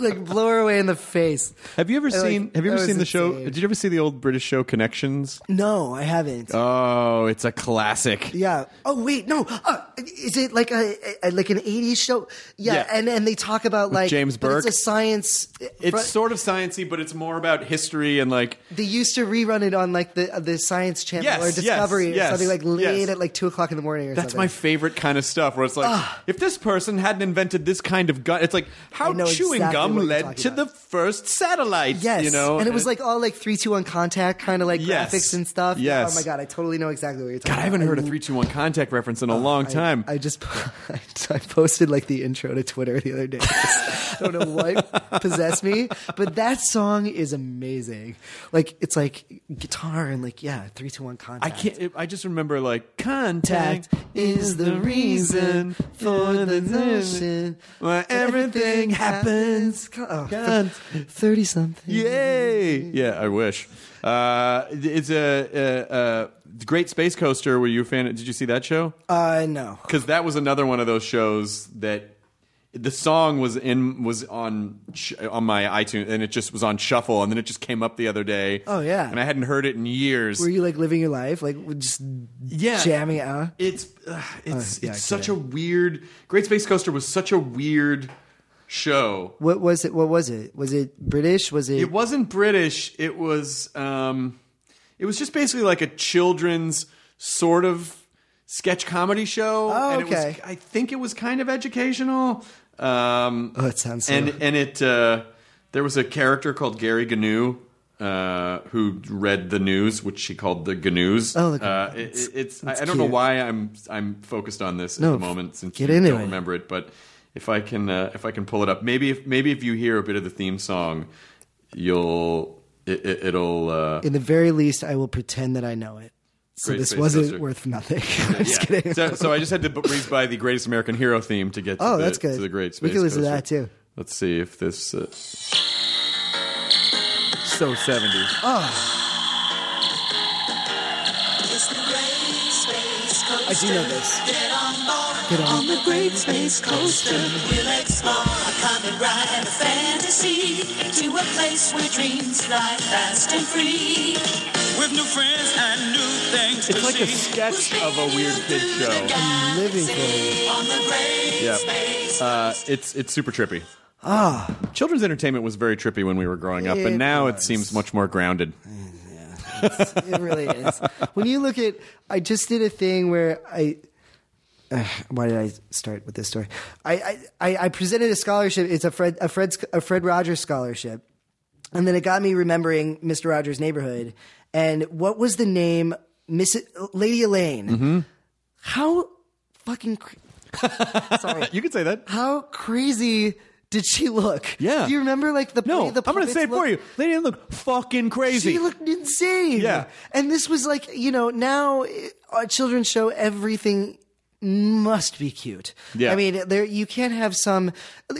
Speaker 4: like blow her away in the face.
Speaker 1: have you ever
Speaker 4: like,
Speaker 1: seen Have you ever
Speaker 4: that was
Speaker 1: seen the show?
Speaker 4: insane.
Speaker 1: Did you ever see the old British show Connections?
Speaker 4: No, I haven't.
Speaker 1: Oh, it's a classic.
Speaker 4: yeah. Oh wait, no. Uh, is it like a, a- like an '80s show? Yeah.
Speaker 1: Yeah.
Speaker 4: And and they talk about like
Speaker 1: James
Speaker 4: but
Speaker 1: Burke.
Speaker 4: It's a science.
Speaker 1: It's sort of sciency, but it's more about history and like
Speaker 4: They used to rerun it on like the uh, the Science Channel
Speaker 1: Yes,
Speaker 4: or
Speaker 1: yes,
Speaker 4: Discovery
Speaker 1: yes,
Speaker 4: or something like late
Speaker 1: yes.
Speaker 4: at like two o'clock in the morning or
Speaker 1: That's
Speaker 4: something.
Speaker 1: my favorite kind of stuff where it's like, if this person hadn't invented this kind of gun, it's like how
Speaker 4: Ah. I know
Speaker 1: chewing
Speaker 4: exactly
Speaker 1: gum
Speaker 4: what you're
Speaker 1: led
Speaker 4: talking
Speaker 1: to
Speaker 4: about.
Speaker 1: the first satellite.
Speaker 4: Yes,
Speaker 1: you know,
Speaker 4: and it was like all like three two one contact kind of like
Speaker 1: Yes.
Speaker 4: graphics and stuff.
Speaker 1: Yes.
Speaker 4: Oh my god, I totally know exactly what you're talking.
Speaker 1: God, I haven't
Speaker 4: about.
Speaker 1: heard a three two one contact reference in a long time.
Speaker 4: Oh, I just I posted like the intro to Twitter the other day. I don't know what possessed me, but that song is amazing. Like it's like guitar and like yeah, three two one
Speaker 1: I
Speaker 4: contact.
Speaker 1: can't. it- I just remember like contact
Speaker 4: Contact is the reason for the notion
Speaker 1: why everything happens.
Speaker 4: Oh,
Speaker 1: Con-
Speaker 4: Thirty something.
Speaker 1: Yay! Yeah, I wish. Uh, it's a, a, a great space coaster. Were you a fan? Did you see that show?
Speaker 4: Uh, no.
Speaker 1: because that was another one of those shows that the song was in was on sh- on my iTunes and it just was on shuffle and then it just came up the other day.
Speaker 4: Oh, yeah.
Speaker 1: and I hadn't heard it in years.
Speaker 4: Were you like living your life like just
Speaker 1: yeah,
Speaker 4: jamming out?
Speaker 1: It's uh, it's
Speaker 4: Oh,
Speaker 1: it's
Speaker 4: yeah, I
Speaker 1: such
Speaker 4: get
Speaker 1: a
Speaker 4: it.
Speaker 1: weird. Great Space Coaster was such a weird show.
Speaker 4: What was it? What was it? Was it British? Was it?
Speaker 1: It wasn't British. It was um, it was just basically like a children's sort of sketch comedy show.
Speaker 4: Oh,
Speaker 1: and it was-
Speaker 4: okay.
Speaker 1: I think it was kind of educational. Um,
Speaker 4: Oh, it sounds so-
Speaker 1: and and it uh, there was a character called Gary Gnu. Uh, who read the news, which she called the Gnu's.
Speaker 4: Oh, the
Speaker 1: uh,
Speaker 4: Gnu.
Speaker 1: it,
Speaker 4: It's-
Speaker 1: it- it's I, I
Speaker 4: it's
Speaker 1: don't know
Speaker 4: cute.
Speaker 1: why I'm I'm focused on this at
Speaker 4: No,
Speaker 1: the
Speaker 4: f-
Speaker 1: moment since
Speaker 4: get
Speaker 1: you
Speaker 4: into
Speaker 1: don't
Speaker 4: it.
Speaker 1: remember it, but if I can uh, if I can pull it up, maybe if maybe if you hear a bit of the theme song, you'll it, it, it'll uh,
Speaker 4: In the very least, I will pretend that I know it. So
Speaker 1: Great
Speaker 4: this
Speaker 1: Space
Speaker 4: wasn't
Speaker 1: Coaster.
Speaker 4: worth nothing. I'm just
Speaker 1: yeah.
Speaker 4: kidding.
Speaker 1: So, so I just had to b- breeze by the Greatest American Hero theme to get to,
Speaker 4: Oh,
Speaker 1: the,
Speaker 4: that's good.
Speaker 1: to the Great Space
Speaker 4: We can listen to that,
Speaker 1: Coaster.
Speaker 4: too.
Speaker 1: Let's see if this. Uh... So 70s.
Speaker 4: I do know this.
Speaker 5: Get on, the Great Space Coaster. We'll explore a common ride and a fantasy to a place where dreams fly fast and free.
Speaker 6: with new friends and new things
Speaker 1: It's
Speaker 6: to
Speaker 1: like
Speaker 6: see.
Speaker 1: a sketch of a weird kid show.
Speaker 4: I'm living for it.
Speaker 5: On the Great
Speaker 1: Yeah.
Speaker 5: Space
Speaker 1: Uh, it's it's super trippy. Ah, children's entertainment was very trippy when we were growing up, and
Speaker 4: It
Speaker 1: now it
Speaker 4: was.
Speaker 1: seems much more grounded.
Speaker 4: It really is. when you look at, I just did a thing where I. Uh, why did I start with this story? I, I, I I presented a scholarship. It's a Fred a Fred a Fred Rogers scholarship, and then it got me remembering Mister Rogers' Neighborhood. And what was the name, Miss Lady Elaine?
Speaker 1: Mm-hmm.
Speaker 4: How fucking. Cr- Sorry,
Speaker 1: You could say that.
Speaker 4: how crazy did she look?
Speaker 1: Yeah.
Speaker 4: Do you remember like the
Speaker 1: No,
Speaker 4: way the
Speaker 1: I'm gonna
Speaker 4: puppets
Speaker 1: say it for
Speaker 4: looked?
Speaker 1: you. Lady Anne looked fucking crazy.
Speaker 4: She looked insane.
Speaker 1: Yeah.
Speaker 4: And this was like, you know, now eh, our children show everything must be cute.
Speaker 1: Yeah.
Speaker 4: I mean, there you can't have some. uh,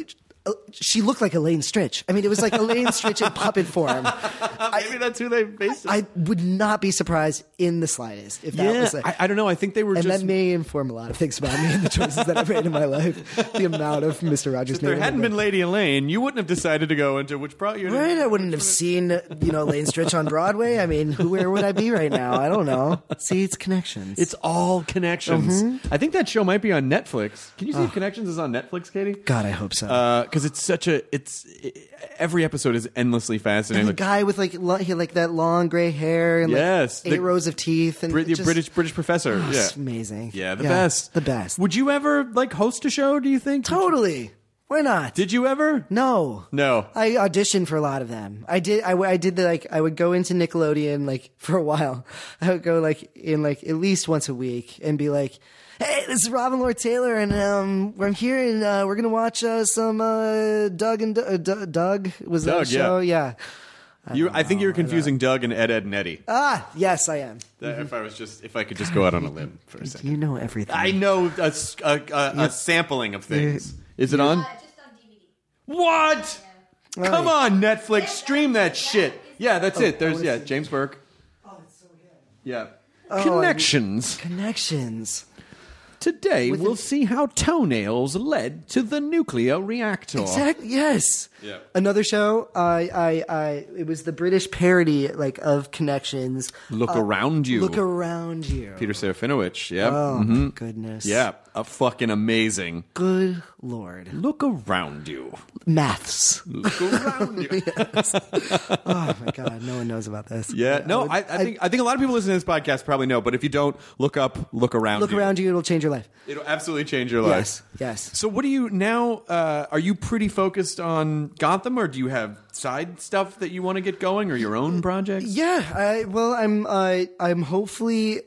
Speaker 4: She looked like Elaine Stritch. I mean, it was like Elaine Stritch in puppet form.
Speaker 1: Maybe that's who they based it.
Speaker 4: I would not be surprised in the slightest if that
Speaker 1: yeah,
Speaker 4: was like.
Speaker 1: I, I don't know. I think they were
Speaker 4: and
Speaker 1: just.
Speaker 4: that may inform a lot of things about me and the choices that I've made in my life. The amount of Mr. Rogers.
Speaker 1: if there
Speaker 4: Neighborhood.
Speaker 1: hadn't been Lady Elaine, you wouldn't have decided to go into which brought you.
Speaker 4: Right, I wouldn't have seen you know Lane Stritch on Broadway. I mean, who, where would I be right now? I don't know. See, it's connections.
Speaker 1: It's all connections. I think that show might be on Netflix. Can you see if Connections is on Netflix, Katie?
Speaker 4: God, I hope
Speaker 1: Uh,
Speaker 4: so.
Speaker 1: Because it's such a. It's e, every episode is endlessly fascinating.
Speaker 4: the
Speaker 1: Like,
Speaker 4: guy with like lo- he had, like that long gray hair and
Speaker 1: Yes,
Speaker 4: like eight
Speaker 1: the-
Speaker 4: rows of teeth and
Speaker 1: Brit-
Speaker 4: it just-
Speaker 1: British British professor.
Speaker 4: Oh,
Speaker 1: yeah.
Speaker 4: It's amazing.
Speaker 1: Yeah, the best.
Speaker 4: The best.
Speaker 1: Would you ever like host a show? Do you think?
Speaker 4: totally. Why not?
Speaker 1: Did you ever?
Speaker 4: no.
Speaker 1: No.
Speaker 4: I auditioned for a lot of them. I did. I, w- I did the like. I would go into Nickelodeon like for a while. I would go like in like at least once a week and be like, "Hey, this is Robin Lord Taylor, and um, I'm here, and uh, we're gonna watch uh, some uh, Doug and D- uh, D- Doug was that
Speaker 1: Doug,
Speaker 4: a
Speaker 1: yeah.
Speaker 4: show? Yeah.
Speaker 1: you, I think you were confusing Doug and Ed, Ed, and Eddie.
Speaker 4: Ah, yes, I am.
Speaker 1: That- If I was just, if I could just go out on a limb for a second.
Speaker 4: You know everything.
Speaker 1: I know a, s- a- a- a sampling of things. Is it Uh, on? What? Come on, Netflix, stream that shit. Yeah, that's it. There's yeah, James Burke. Oh, Yeah. Connections.
Speaker 4: Connections.
Speaker 1: Today we'll see how toenails led to the nuclear reactor.
Speaker 4: Exactly. Yes.
Speaker 1: Yeah.
Speaker 4: Another show. I. I. I. It was the British parody like of Connections.
Speaker 1: uh, Look around you.
Speaker 4: Look around you.
Speaker 1: Peter Serafinovich. Yeah. Mm-hmm.
Speaker 4: Oh my goodness.
Speaker 1: Yeah. A fucking amazing.
Speaker 4: Good lord.
Speaker 1: Look around you.
Speaker 4: Maths.
Speaker 1: Look around you.
Speaker 4: Oh my god, no one knows about this.
Speaker 1: Yeah. No, I, I think I think a lot of people listening to this podcast probably know, but if you don't, look up, look around,
Speaker 4: Look
Speaker 1: you.
Speaker 4: around you, it'll change your life.
Speaker 1: It'll absolutely change your life.
Speaker 4: Yes. Yes.
Speaker 1: So what do you now? Uh, are you pretty focused on Gotham, or do you have side stuff that you want to get going, or your own projects?
Speaker 4: Yeah. I, well, I'm. I. I'm hopefully.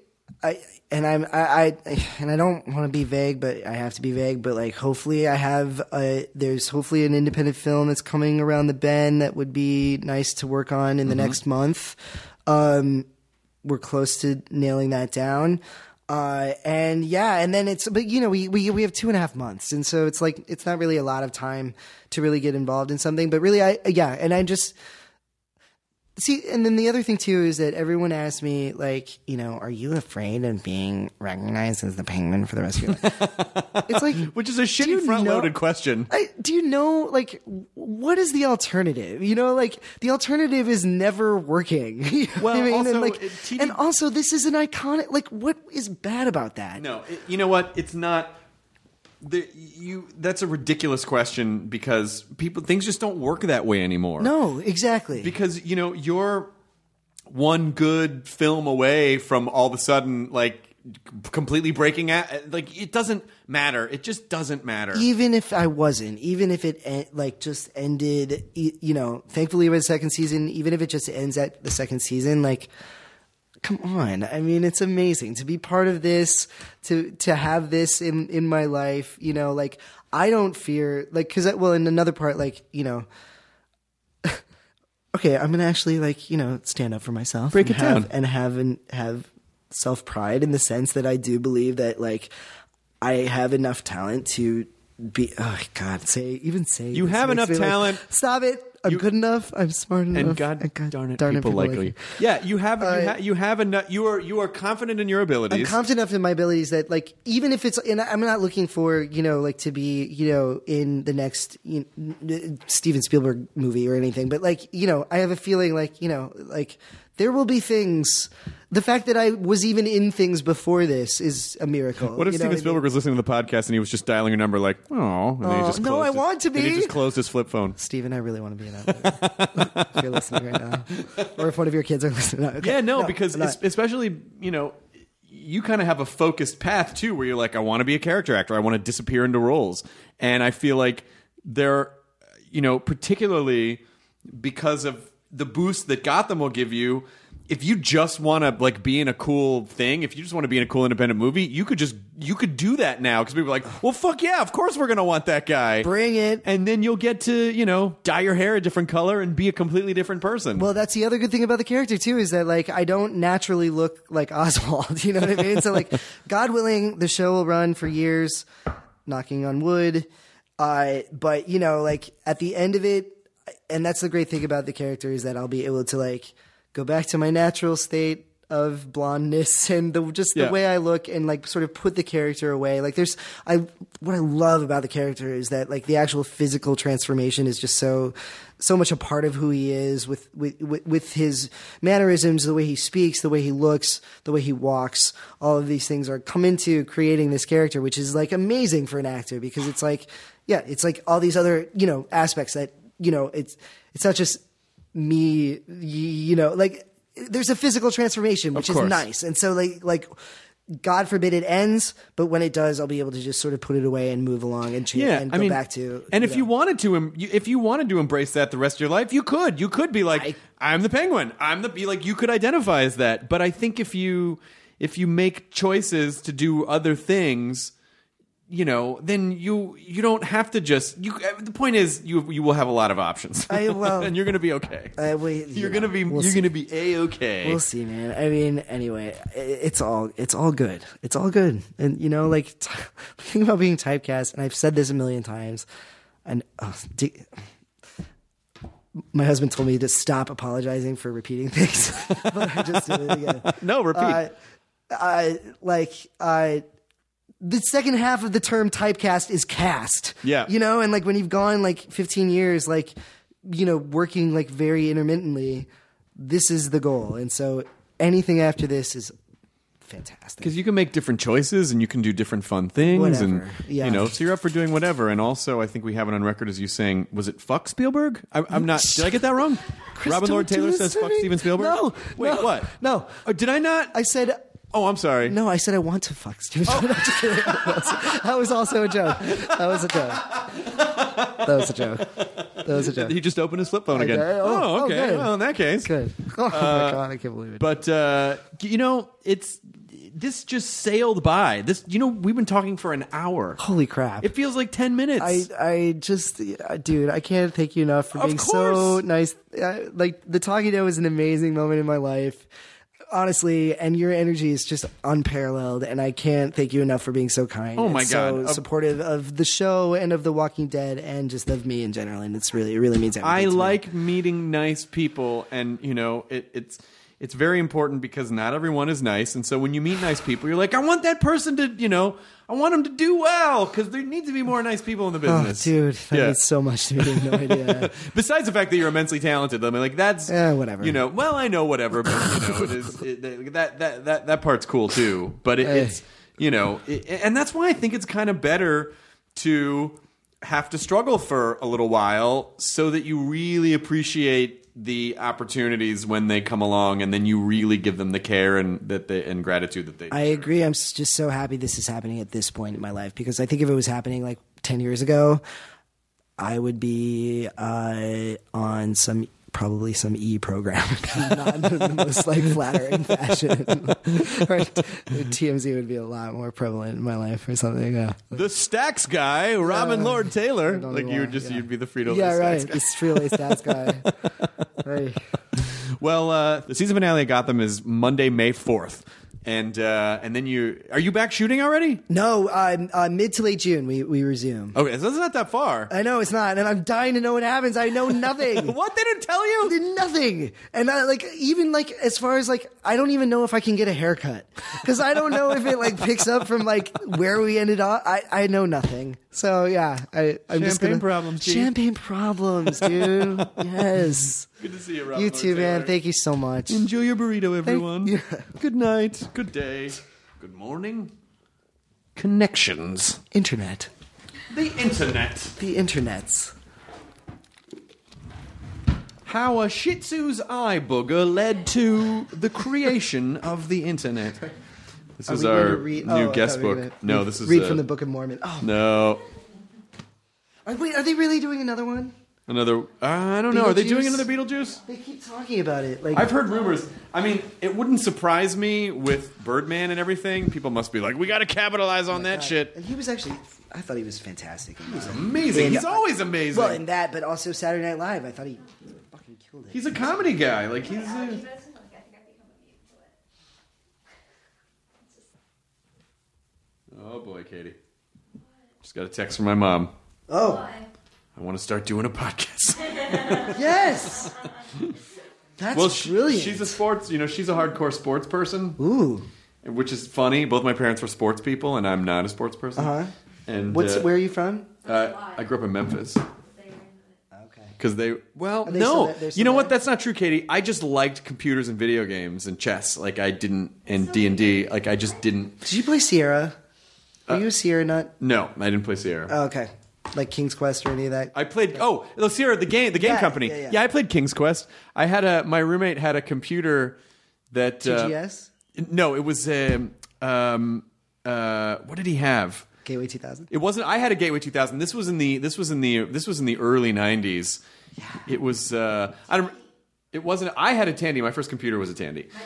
Speaker 4: I. And I'm. I. I and I don't want to be vague, but I have to be vague. But like, hopefully, I have. A, there's hopefully an independent film that's coming around the bend that would be nice to work on in the next month. Um, we're close to nailing that down. Uh, and yeah, and then it's, but you know, we, we, we have two and a half months. And so it's like, it's not really a lot of time to really get involved in something, but really I, yeah. And I just see, and then the other thing too is that everyone asks me like, you know, are you afraid of being recognized as the penguin for the rest of your life? it's like,
Speaker 1: Which is a
Speaker 4: do you
Speaker 1: shitty
Speaker 4: know-
Speaker 1: front-loaded question.
Speaker 4: I, do you know like w- what is the alternative? You know, like the alternative is never working. You know what
Speaker 1: Well,
Speaker 4: I mean?
Speaker 1: also,
Speaker 4: and, like,
Speaker 1: uh, TV
Speaker 4: and also this is an iconic. Like, what is bad about that?
Speaker 1: No, it- you know what? It's not. The, you that's a ridiculous question because people things just don't work that way anymore.
Speaker 4: no, exactly.
Speaker 1: because you know you're one good film away from all of a sudden like completely breaking out. Like it doesn't matter. It just doesn't matter.
Speaker 4: even if I wasn't, even if it en- like just ended, e- you know, thankfully with the second season, even if it just ends at the second season, like, come on. I mean, it's amazing to be part of this, to, to have this in, in my life, you know, like I don't fear like, cause I, well, in another part, like, you know, okay, I'm going to actually like, you know, stand up for myself,
Speaker 1: Break
Speaker 4: and
Speaker 1: it
Speaker 4: have,
Speaker 1: down.
Speaker 4: and have, and have self pride in the sense that I do believe that like, I have enough talent to be. Oh God, say even say
Speaker 1: You
Speaker 4: this
Speaker 1: have
Speaker 4: makes
Speaker 1: enough
Speaker 4: me like-
Speaker 1: talent.
Speaker 4: stop it. I'm good enough. I'm smart enough.
Speaker 1: and God, darn it, people, like you.
Speaker 4: me.
Speaker 1: Yeah, you have you, ha- you have enough. You are you are confident in your abilities.
Speaker 4: I'm confident enough in my abilities that like even if it's and I'm not looking for you know like to be you know in the next you know, Steven Spielberg movie or anything, but like you know I have a feeling like you know like there will be things. The fact that I was even in things before this is a miracle.
Speaker 1: what if
Speaker 4: you know
Speaker 1: Steven
Speaker 4: I mean?
Speaker 1: Spielberg was listening to the podcast and he was just dialing a number like, oh, and then he
Speaker 4: Aw,
Speaker 1: just
Speaker 4: no,
Speaker 1: closed
Speaker 4: I
Speaker 1: his-
Speaker 4: want to
Speaker 1: and he
Speaker 4: be.
Speaker 1: just closed his flip phone.
Speaker 4: Steven, I really want to be in that movie. if you're listening right now. Or if one of your kids are listening. No, okay.
Speaker 1: Yeah, no, because
Speaker 4: I'm not.
Speaker 1: es- especially you know. You kind of have a focused path too, where you're like, I want to be a character actor. I want to disappear into roles, and I feel like there, you know, particularly because of the boost that Gotham will give you. If you just want to like be in a cool thing, if you just want to be in a cool independent movie, you could just you could do that now because people are like, well, fuck yeah, of course we're gonna want that guy.
Speaker 4: Bring it.
Speaker 1: and then you'll get to you know dye your hair a different color and be a completely different person.
Speaker 4: well, that's the other good thing about the character too is that like I don't naturally look like Oswald. You know what I mean? so like, God willing, the show will run for years, knocking on wood. Uh, but you know, like at the end of it, and that's the great thing about the character is that I'll be able to like go back to my natural state of blondness and the just the
Speaker 1: Yeah.
Speaker 4: way I look and like sort of put the character away. Like there's I what I love about the character is that like the actual physical transformation is just so so much a part of who he is with with with- with his mannerisms, the way he speaks, the way he looks, the way he walks. All of these things are come into creating this character, which is like amazing for an actor because it's like yeah, it's like all these other, you know, aspects that, you know, it's it's not just me, y- you know, like there's a physical transformation, which is
Speaker 1: course.
Speaker 4: nice. And so like like God forbid it ends, but when it does, I'll be able to just sort of put it away and move along and change
Speaker 1: Yeah,
Speaker 4: and
Speaker 1: I
Speaker 4: go
Speaker 1: mean,
Speaker 4: back to.
Speaker 1: and if you wanted to, em- you- if you wanted to embrace that the rest of your life, you could. You could be like, I, am the penguin. I'm the be like you could identify as that. But I think if you if you make choices to do other things, you know, then you you don't have to just you. uh, The point is, you you will have a lot of options.
Speaker 4: I- well-
Speaker 1: and you're gonna be okay.
Speaker 4: I, Uh, we, you
Speaker 1: you're gonna
Speaker 4: know,
Speaker 1: be
Speaker 4: we'll
Speaker 1: you're
Speaker 4: see.
Speaker 1: gonna be a okay.
Speaker 4: We'll see, man. I mean, anyway, i- it's all it's all good. It's all good, and you know, like t- think about being typecast, and I've said this a million times, and oh, d- my husband told me to stop apologizing for repeating things, but I just did it again.
Speaker 1: No, repeat.
Speaker 4: I, I like I. The second half of the term typecast is cast.
Speaker 1: Yeah.
Speaker 4: You know, and like when you've gone like 15 years, like, you know, working like very intermittently, this is the goal. And so anything after this is fantastic.
Speaker 1: Because you can make different choices and you can do different fun things, and
Speaker 4: Whatever. Yeah.
Speaker 1: you know, so you're up for doing whatever. And also, I think we have it on record as you saying, "Was it fuck Spielberg?" I, I'm not. Did I get that wrong?
Speaker 4: Chris,
Speaker 1: Robin
Speaker 4: don't
Speaker 1: Lord
Speaker 4: do
Speaker 1: Taylor
Speaker 4: this
Speaker 1: says
Speaker 4: to
Speaker 1: fuck
Speaker 4: me.
Speaker 1: Steven Spielberg.
Speaker 4: No,
Speaker 1: wait,
Speaker 4: no,
Speaker 1: what?
Speaker 4: no.
Speaker 1: oh, did I not?
Speaker 4: I said,
Speaker 1: oh, I'm sorry.
Speaker 4: no, I said I want to fuck Steven.
Speaker 1: Oh.
Speaker 4: Spielberg. I'm just kidding. that was also a joke. That was a joke. That was a joke. That was a joke.
Speaker 1: he just opened his flip phone again.
Speaker 4: did? Oh, oh,
Speaker 1: okay.
Speaker 4: good.
Speaker 1: Well, in that case, Uh,
Speaker 4: Good. Oh my God, I can't believe it.
Speaker 1: But uh, you know, it's this just sailed by. This, you know, we've been talking for an hour.
Speaker 4: Holy crap.
Speaker 1: It feels like ten minutes.
Speaker 4: I, I just, uh, dude, I can't thank you enough for
Speaker 1: Of
Speaker 4: being so
Speaker 1: course.
Speaker 4: nice. Uh, like the talking to was an amazing moment in my life, honestly, and your energy is just unparalleled. And I can't thank you enough for being so kind.
Speaker 1: Oh my God.
Speaker 4: and so
Speaker 1: Of-
Speaker 4: supportive of the show and of The Walking Dead and just of me in general. And it's really, it really means everything.
Speaker 1: I
Speaker 4: to me.
Speaker 1: like meeting nice people, and you know, it, it's it's very important because not everyone is nice, and so when you meet nice people, you're like, I want that person to, you know, I want them to do well because there needs to be more nice people in the
Speaker 4: Oh,
Speaker 1: business,
Speaker 4: dude, that
Speaker 1: Yeah.
Speaker 4: means so much to me. You have no idea.
Speaker 1: Besides the fact that you're immensely talented, I mean, like that's
Speaker 4: Eh, whatever.
Speaker 1: You know, well, I know whatever, but you know, it is it, that that that that part's cool too. But it,
Speaker 4: Hey.
Speaker 1: it's you know, it, and that's why I think it's kind of better to have to struggle for a little while so that you really appreciate the opportunities when they come along, and then you really give them the care and that they and gratitude that they.
Speaker 4: I agree. I'm s- just so happy this is happening at this point in my life because I think if it was happening like 10 years ago, I would be uh, on some probably some e program, not in the most like flattering fashion. or t- TMZ would be a lot more prevalent in my life or something. Yeah,
Speaker 1: the stacks guy, Robin Lord Taylor,
Speaker 4: Uh, don't
Speaker 1: like
Speaker 4: know
Speaker 1: you
Speaker 4: why,
Speaker 1: would just
Speaker 4: yeah.
Speaker 1: you'd be the Frito.
Speaker 4: yeah,
Speaker 1: Lay
Speaker 4: right.
Speaker 1: Stacks guy.
Speaker 4: The Frito-Lay stats guy. Right.
Speaker 1: Well, uh, the season finale of Gotham is Monday, May fourth, and uh, and then you are you back shooting already?
Speaker 4: No, uh, uh, mid to late June we we resume.
Speaker 1: Okay, so that's not that far.
Speaker 4: I know it's not, and I'm dying to know what happens. I know nothing.
Speaker 1: What they didn't tell you?
Speaker 4: did nothing. And I like even like as far as like I don't even know if I can get a haircut because I don't know if it like picks up from like where we ended up. I I know nothing. So yeah, I I'm just
Speaker 1: Champagne
Speaker 4: gonna,
Speaker 1: problems, Chief.
Speaker 4: Champagne problems, dude. yes.
Speaker 1: Good to see you, Rob.
Speaker 4: You too, man. Thank you so much.
Speaker 1: Enjoy your burrito, everyone.
Speaker 4: yeah.
Speaker 1: Good night. Good day. Good morning. Connections.
Speaker 4: Internet,
Speaker 1: The internet.
Speaker 4: the internets.
Speaker 1: How a Shih Tzu's eye booger led to the creation of the internet. This is
Speaker 4: Are we going
Speaker 1: our
Speaker 4: to read- oh, I
Speaker 1: new
Speaker 4: thought
Speaker 1: guest
Speaker 4: we were
Speaker 1: book.
Speaker 4: gonna
Speaker 1: No,
Speaker 4: read-
Speaker 1: this is
Speaker 4: read
Speaker 1: uh,
Speaker 4: from the Book of Mormon. Oh,
Speaker 1: No,
Speaker 4: are, wait, are they really doing another one?
Speaker 1: another. I don't know. Are they doing
Speaker 4: Beetlejuice?
Speaker 1: another Beetlejuice?
Speaker 4: They keep talking about it. Like
Speaker 1: I've heard rumors. I mean, it wouldn't surprise me with Birdman and everything. People must be like, we got to capitalize
Speaker 4: Oh
Speaker 1: on that shit.
Speaker 4: And he was actually, I thought he was fantastic. He was
Speaker 1: Amazing. He's always amazing.
Speaker 4: Well, in that, but also Saturday Night Live. I thought he fucking killed it.
Speaker 1: he's a comedy guy. Like he's. A, oh boy, Katie. Just got a text from my mom.
Speaker 4: Oh,
Speaker 1: I want to start doing a podcast.
Speaker 4: yes. That's
Speaker 1: well, she-
Speaker 4: brilliant.
Speaker 1: she's a sports. You know, she's a hardcore sports person.
Speaker 4: Ooh.
Speaker 1: Which is funny. Both my parents were sports people, and I'm not a sports person.
Speaker 4: Uh-huh.
Speaker 1: And
Speaker 4: What's
Speaker 1: uh,
Speaker 4: where are you from?
Speaker 1: Uh, I grew up in Memphis.
Speaker 4: Okay.
Speaker 1: Because they, well,
Speaker 4: Are they still
Speaker 1: no,
Speaker 4: there- they're still
Speaker 1: you know what?
Speaker 4: there?
Speaker 1: That's not true, Katie. I just liked computers and video games and chess. Like I didn't, and D and D. Like I just didn't.
Speaker 4: Did you play Sierra? Were
Speaker 1: Uh,
Speaker 4: you a Sierra nut?
Speaker 1: No, I didn't play Sierra.
Speaker 4: Oh, okay. Like King's Quest or any of that?
Speaker 1: I played. Oh, no, Sierra, the game, the game
Speaker 4: Yeah,
Speaker 1: company.
Speaker 4: yeah,
Speaker 1: Yeah,
Speaker 4: yeah.
Speaker 1: I played King's Quest. I had a my roommate had a computer that uh,
Speaker 4: TGS?
Speaker 1: No, it was um, um, uh, what did he have?
Speaker 4: Gateway 2000.
Speaker 1: It wasn't. I had a Gateway 2000. This was in the. This was in the. This was in the early 90s. Yeah. It was. Uh, I don't. It wasn't. I had a Tandy. My first computer was a Tandy.
Speaker 4: Why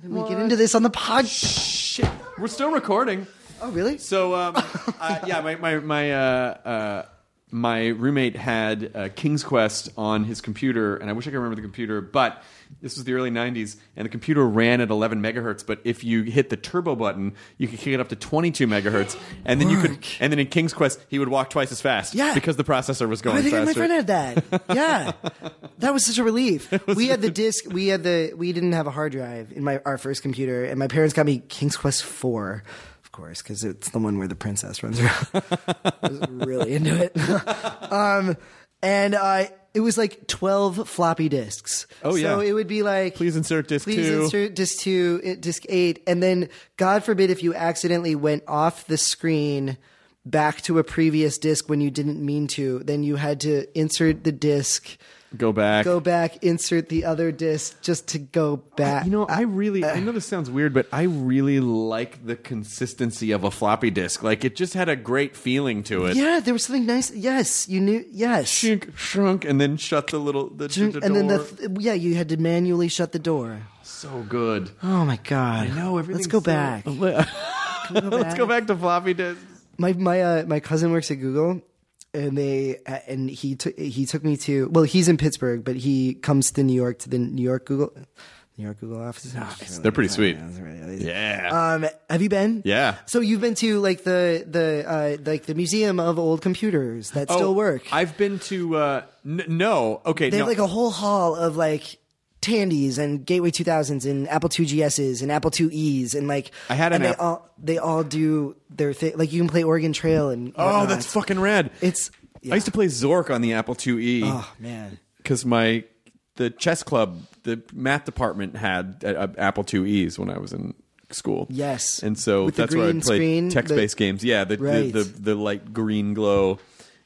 Speaker 4: didn't we get into this on the pod?
Speaker 1: Shit. We're still recording.
Speaker 4: Oh, really?
Speaker 1: So um, uh, yeah, my my my uh, uh, my roommate had uh, King's Quest on his computer, and I wish I could remember the computer, but this was the early '90s, and the computer ran at 11 megahertz. But if you hit the turbo button, you could kick it up to 22 megahertz, and then you could, and then in King's Quest, he would walk twice as fast,
Speaker 4: Yeah.
Speaker 1: because the processor was going
Speaker 4: Oh, I think
Speaker 1: faster.
Speaker 4: my friend had that. Yeah, that was such a relief. We had the disc. We had the. We didn't have a hard drive in my our first computer, and my parents got me King's Quest Four, of course, because it's the one where the princess runs around. I was really into it. um, and uh, it was like twelve floppy disks.
Speaker 1: Oh, yeah.
Speaker 4: So it would be like
Speaker 1: Please insert disk
Speaker 4: please
Speaker 1: two.
Speaker 4: insert disk two, it- disk eight, and then God forbid if you accidentally went off the screen back to a previous disk when you didn't mean to, then you had to insert the disk,
Speaker 1: go back.
Speaker 4: go back, insert the other disk just to go back. Uh,
Speaker 1: You know, I really, I know this sounds weird, but I really like the consistency of a floppy disk. Like, it just had a great feeling to it.
Speaker 4: yeah, there was something nice. Yes, you knew. Yes.
Speaker 1: Shunk, shrunk, and then shut the little the, the,
Speaker 4: and then
Speaker 1: door.
Speaker 4: the th- yeah, you had to manually shut the door.
Speaker 1: so good.
Speaker 4: Oh my god!
Speaker 1: No, everything.
Speaker 4: Let's go back.
Speaker 1: Let's go back to floppy disks.
Speaker 4: my my uh, my cousin works at Google, and they uh, and he took he took me to well he's in Pittsburgh, but he comes to New York to the New York Google New York Google offices.
Speaker 1: They're pretty sweet. Yeah.
Speaker 4: Um, have you been?
Speaker 1: Yeah.
Speaker 4: So you've been to like the the uh, like the Museum of Old Computers that Uh,
Speaker 1: Oh,
Speaker 4: still work.
Speaker 1: I've been to uh, n- no. Okay,
Speaker 4: they
Speaker 1: no.
Speaker 4: have like a whole hall of like Tandies and Gateway 2000s and Apple II GSs and Apple IIes and like
Speaker 1: I had
Speaker 4: and
Speaker 1: an
Speaker 4: they
Speaker 1: app-
Speaker 4: all they all do their thing. Like you can play Oregon Trail and
Speaker 1: oh,
Speaker 4: whatnot.
Speaker 1: that's fucking rad.
Speaker 4: It's yeah.
Speaker 1: I used to play Zork on the Apple E. IIe.
Speaker 4: oh man.
Speaker 1: because my the chess club, the math department had uh, uh, Apple IIe's when I was in school.
Speaker 4: Yes.
Speaker 1: and so
Speaker 4: With the
Speaker 1: that's where I
Speaker 4: green
Speaker 1: played
Speaker 4: screen,
Speaker 1: text-based
Speaker 4: the-
Speaker 1: games. Yeah, the,
Speaker 4: Right.
Speaker 1: the, the the light green glow,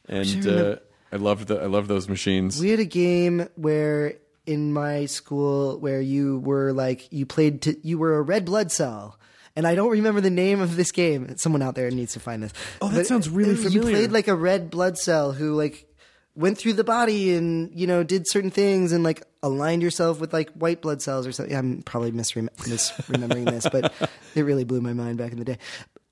Speaker 1: and
Speaker 4: I
Speaker 1: uh,
Speaker 4: remember-
Speaker 1: I loved the I loved those machines.
Speaker 4: We had a game where in my school where you were like you played to you were a red blood cell. And I don't remember the name of this game. Someone out there needs to find this. Oh,
Speaker 1: that sounds really
Speaker 4: You
Speaker 1: familiar.
Speaker 4: played like a red blood cell who like went through the body and you know did certain things and like aligned yourself with like white blood cells or something. I'm probably misrem- misremembering this, but it really blew my mind back in the day.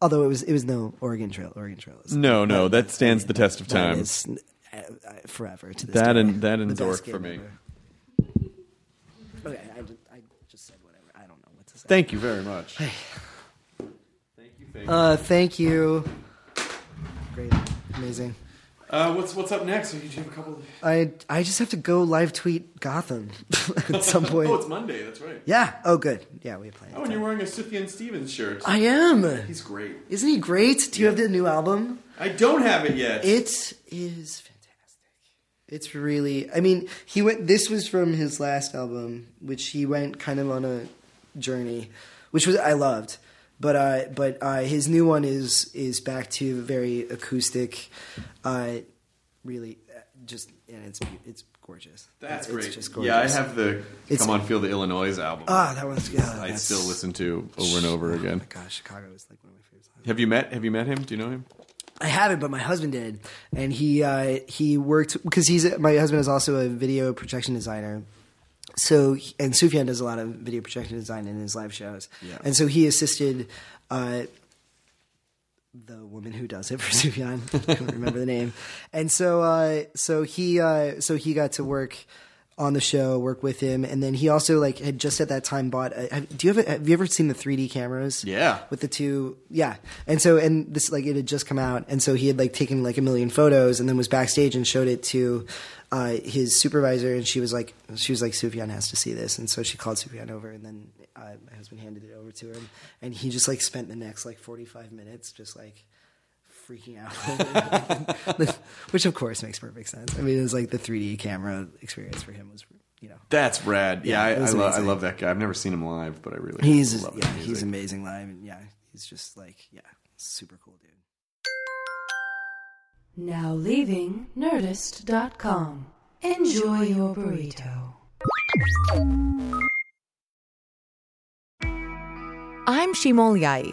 Speaker 4: Although it was it was no Oregon Trail. Oregon Trail is
Speaker 1: no, no, that stands the test of
Speaker 4: that
Speaker 1: time.
Speaker 4: is, uh, uh, forever to this
Speaker 1: That
Speaker 4: day.
Speaker 1: and that and
Speaker 4: The best
Speaker 1: Zork
Speaker 4: game
Speaker 1: for me.
Speaker 4: ever. Okay, I, just- I just said whatever. I don't know what to say.
Speaker 1: Thank you very much.
Speaker 4: Uh, thank you. Great, amazing.
Speaker 1: Uh, what's what's up next? You have a couple.
Speaker 4: I I just have to go live tweet Gotham at some
Speaker 1: Oh, it's
Speaker 4: point.
Speaker 1: Monday. That's right.
Speaker 4: Yeah. Oh, good. Yeah, we play.
Speaker 1: Oh, and you're wearing a Scythian Stevens shirt.
Speaker 4: I am.
Speaker 1: He's great.
Speaker 4: Isn't he great? Do you have the new album?
Speaker 1: I don't have it yet.
Speaker 4: It is fantastic. It's really. I mean, he went. This was from his last album, which he went kind of on a journey, which was I loved. But uh, but uh, his new one is is back to very acoustic, uh, really uh, just and it's it's gorgeous.
Speaker 1: That's
Speaker 4: It's-
Speaker 1: great.
Speaker 4: it's just gorgeous.
Speaker 1: Yeah, I have the
Speaker 4: It's-
Speaker 1: Come On Feel the Illinois album.
Speaker 4: Ah, that one's yeah.
Speaker 1: I
Speaker 4: that's- Oh
Speaker 1: still listen to over and over again.
Speaker 4: God, Chicago is like one of my favorite. songs.
Speaker 1: Have you met Have you met him? Do you know him?
Speaker 4: I haven't, but my husband did, and he uh, he worked because he's my husband is also a video projection designer. So he- and Sufjan does a lot of video projection design in his live shows, and so he assisted uh, the woman who does it for Sufjan. I don't remember the name, and so uh, so he uh, so he got to work on the show, work with him, and then he also like had just at that time bought. A, have, do you have a, have you ever seen the 3D cameras?
Speaker 1: Yeah.
Speaker 4: with the two yeah and so and this like it had just come out and so he had like taken like a million photos and then was backstage and showed it to uh, his supervisor and she was like she was like Sufjan has to see this and so she called Sufjan over and then uh, my husband handed it over to him and he just like spent the next like 45 minutes just like freaking out which of course makes perfect sense I mean it was like the 3D camera experience for him was you know
Speaker 1: That's rad. Yeah,
Speaker 4: Yeah, it
Speaker 1: I, I,
Speaker 4: was
Speaker 1: lo- I
Speaker 4: amazing.
Speaker 1: love that guy. I've never seen him live, but I really
Speaker 4: he's
Speaker 1: love
Speaker 4: yeah
Speaker 1: his
Speaker 4: he's
Speaker 1: music.
Speaker 4: amazing live and yeah he's just like yeah super cool dude
Speaker 3: Now leaving Nerdist.com. Enjoy your burrito.
Speaker 7: I'm Shimol Yai,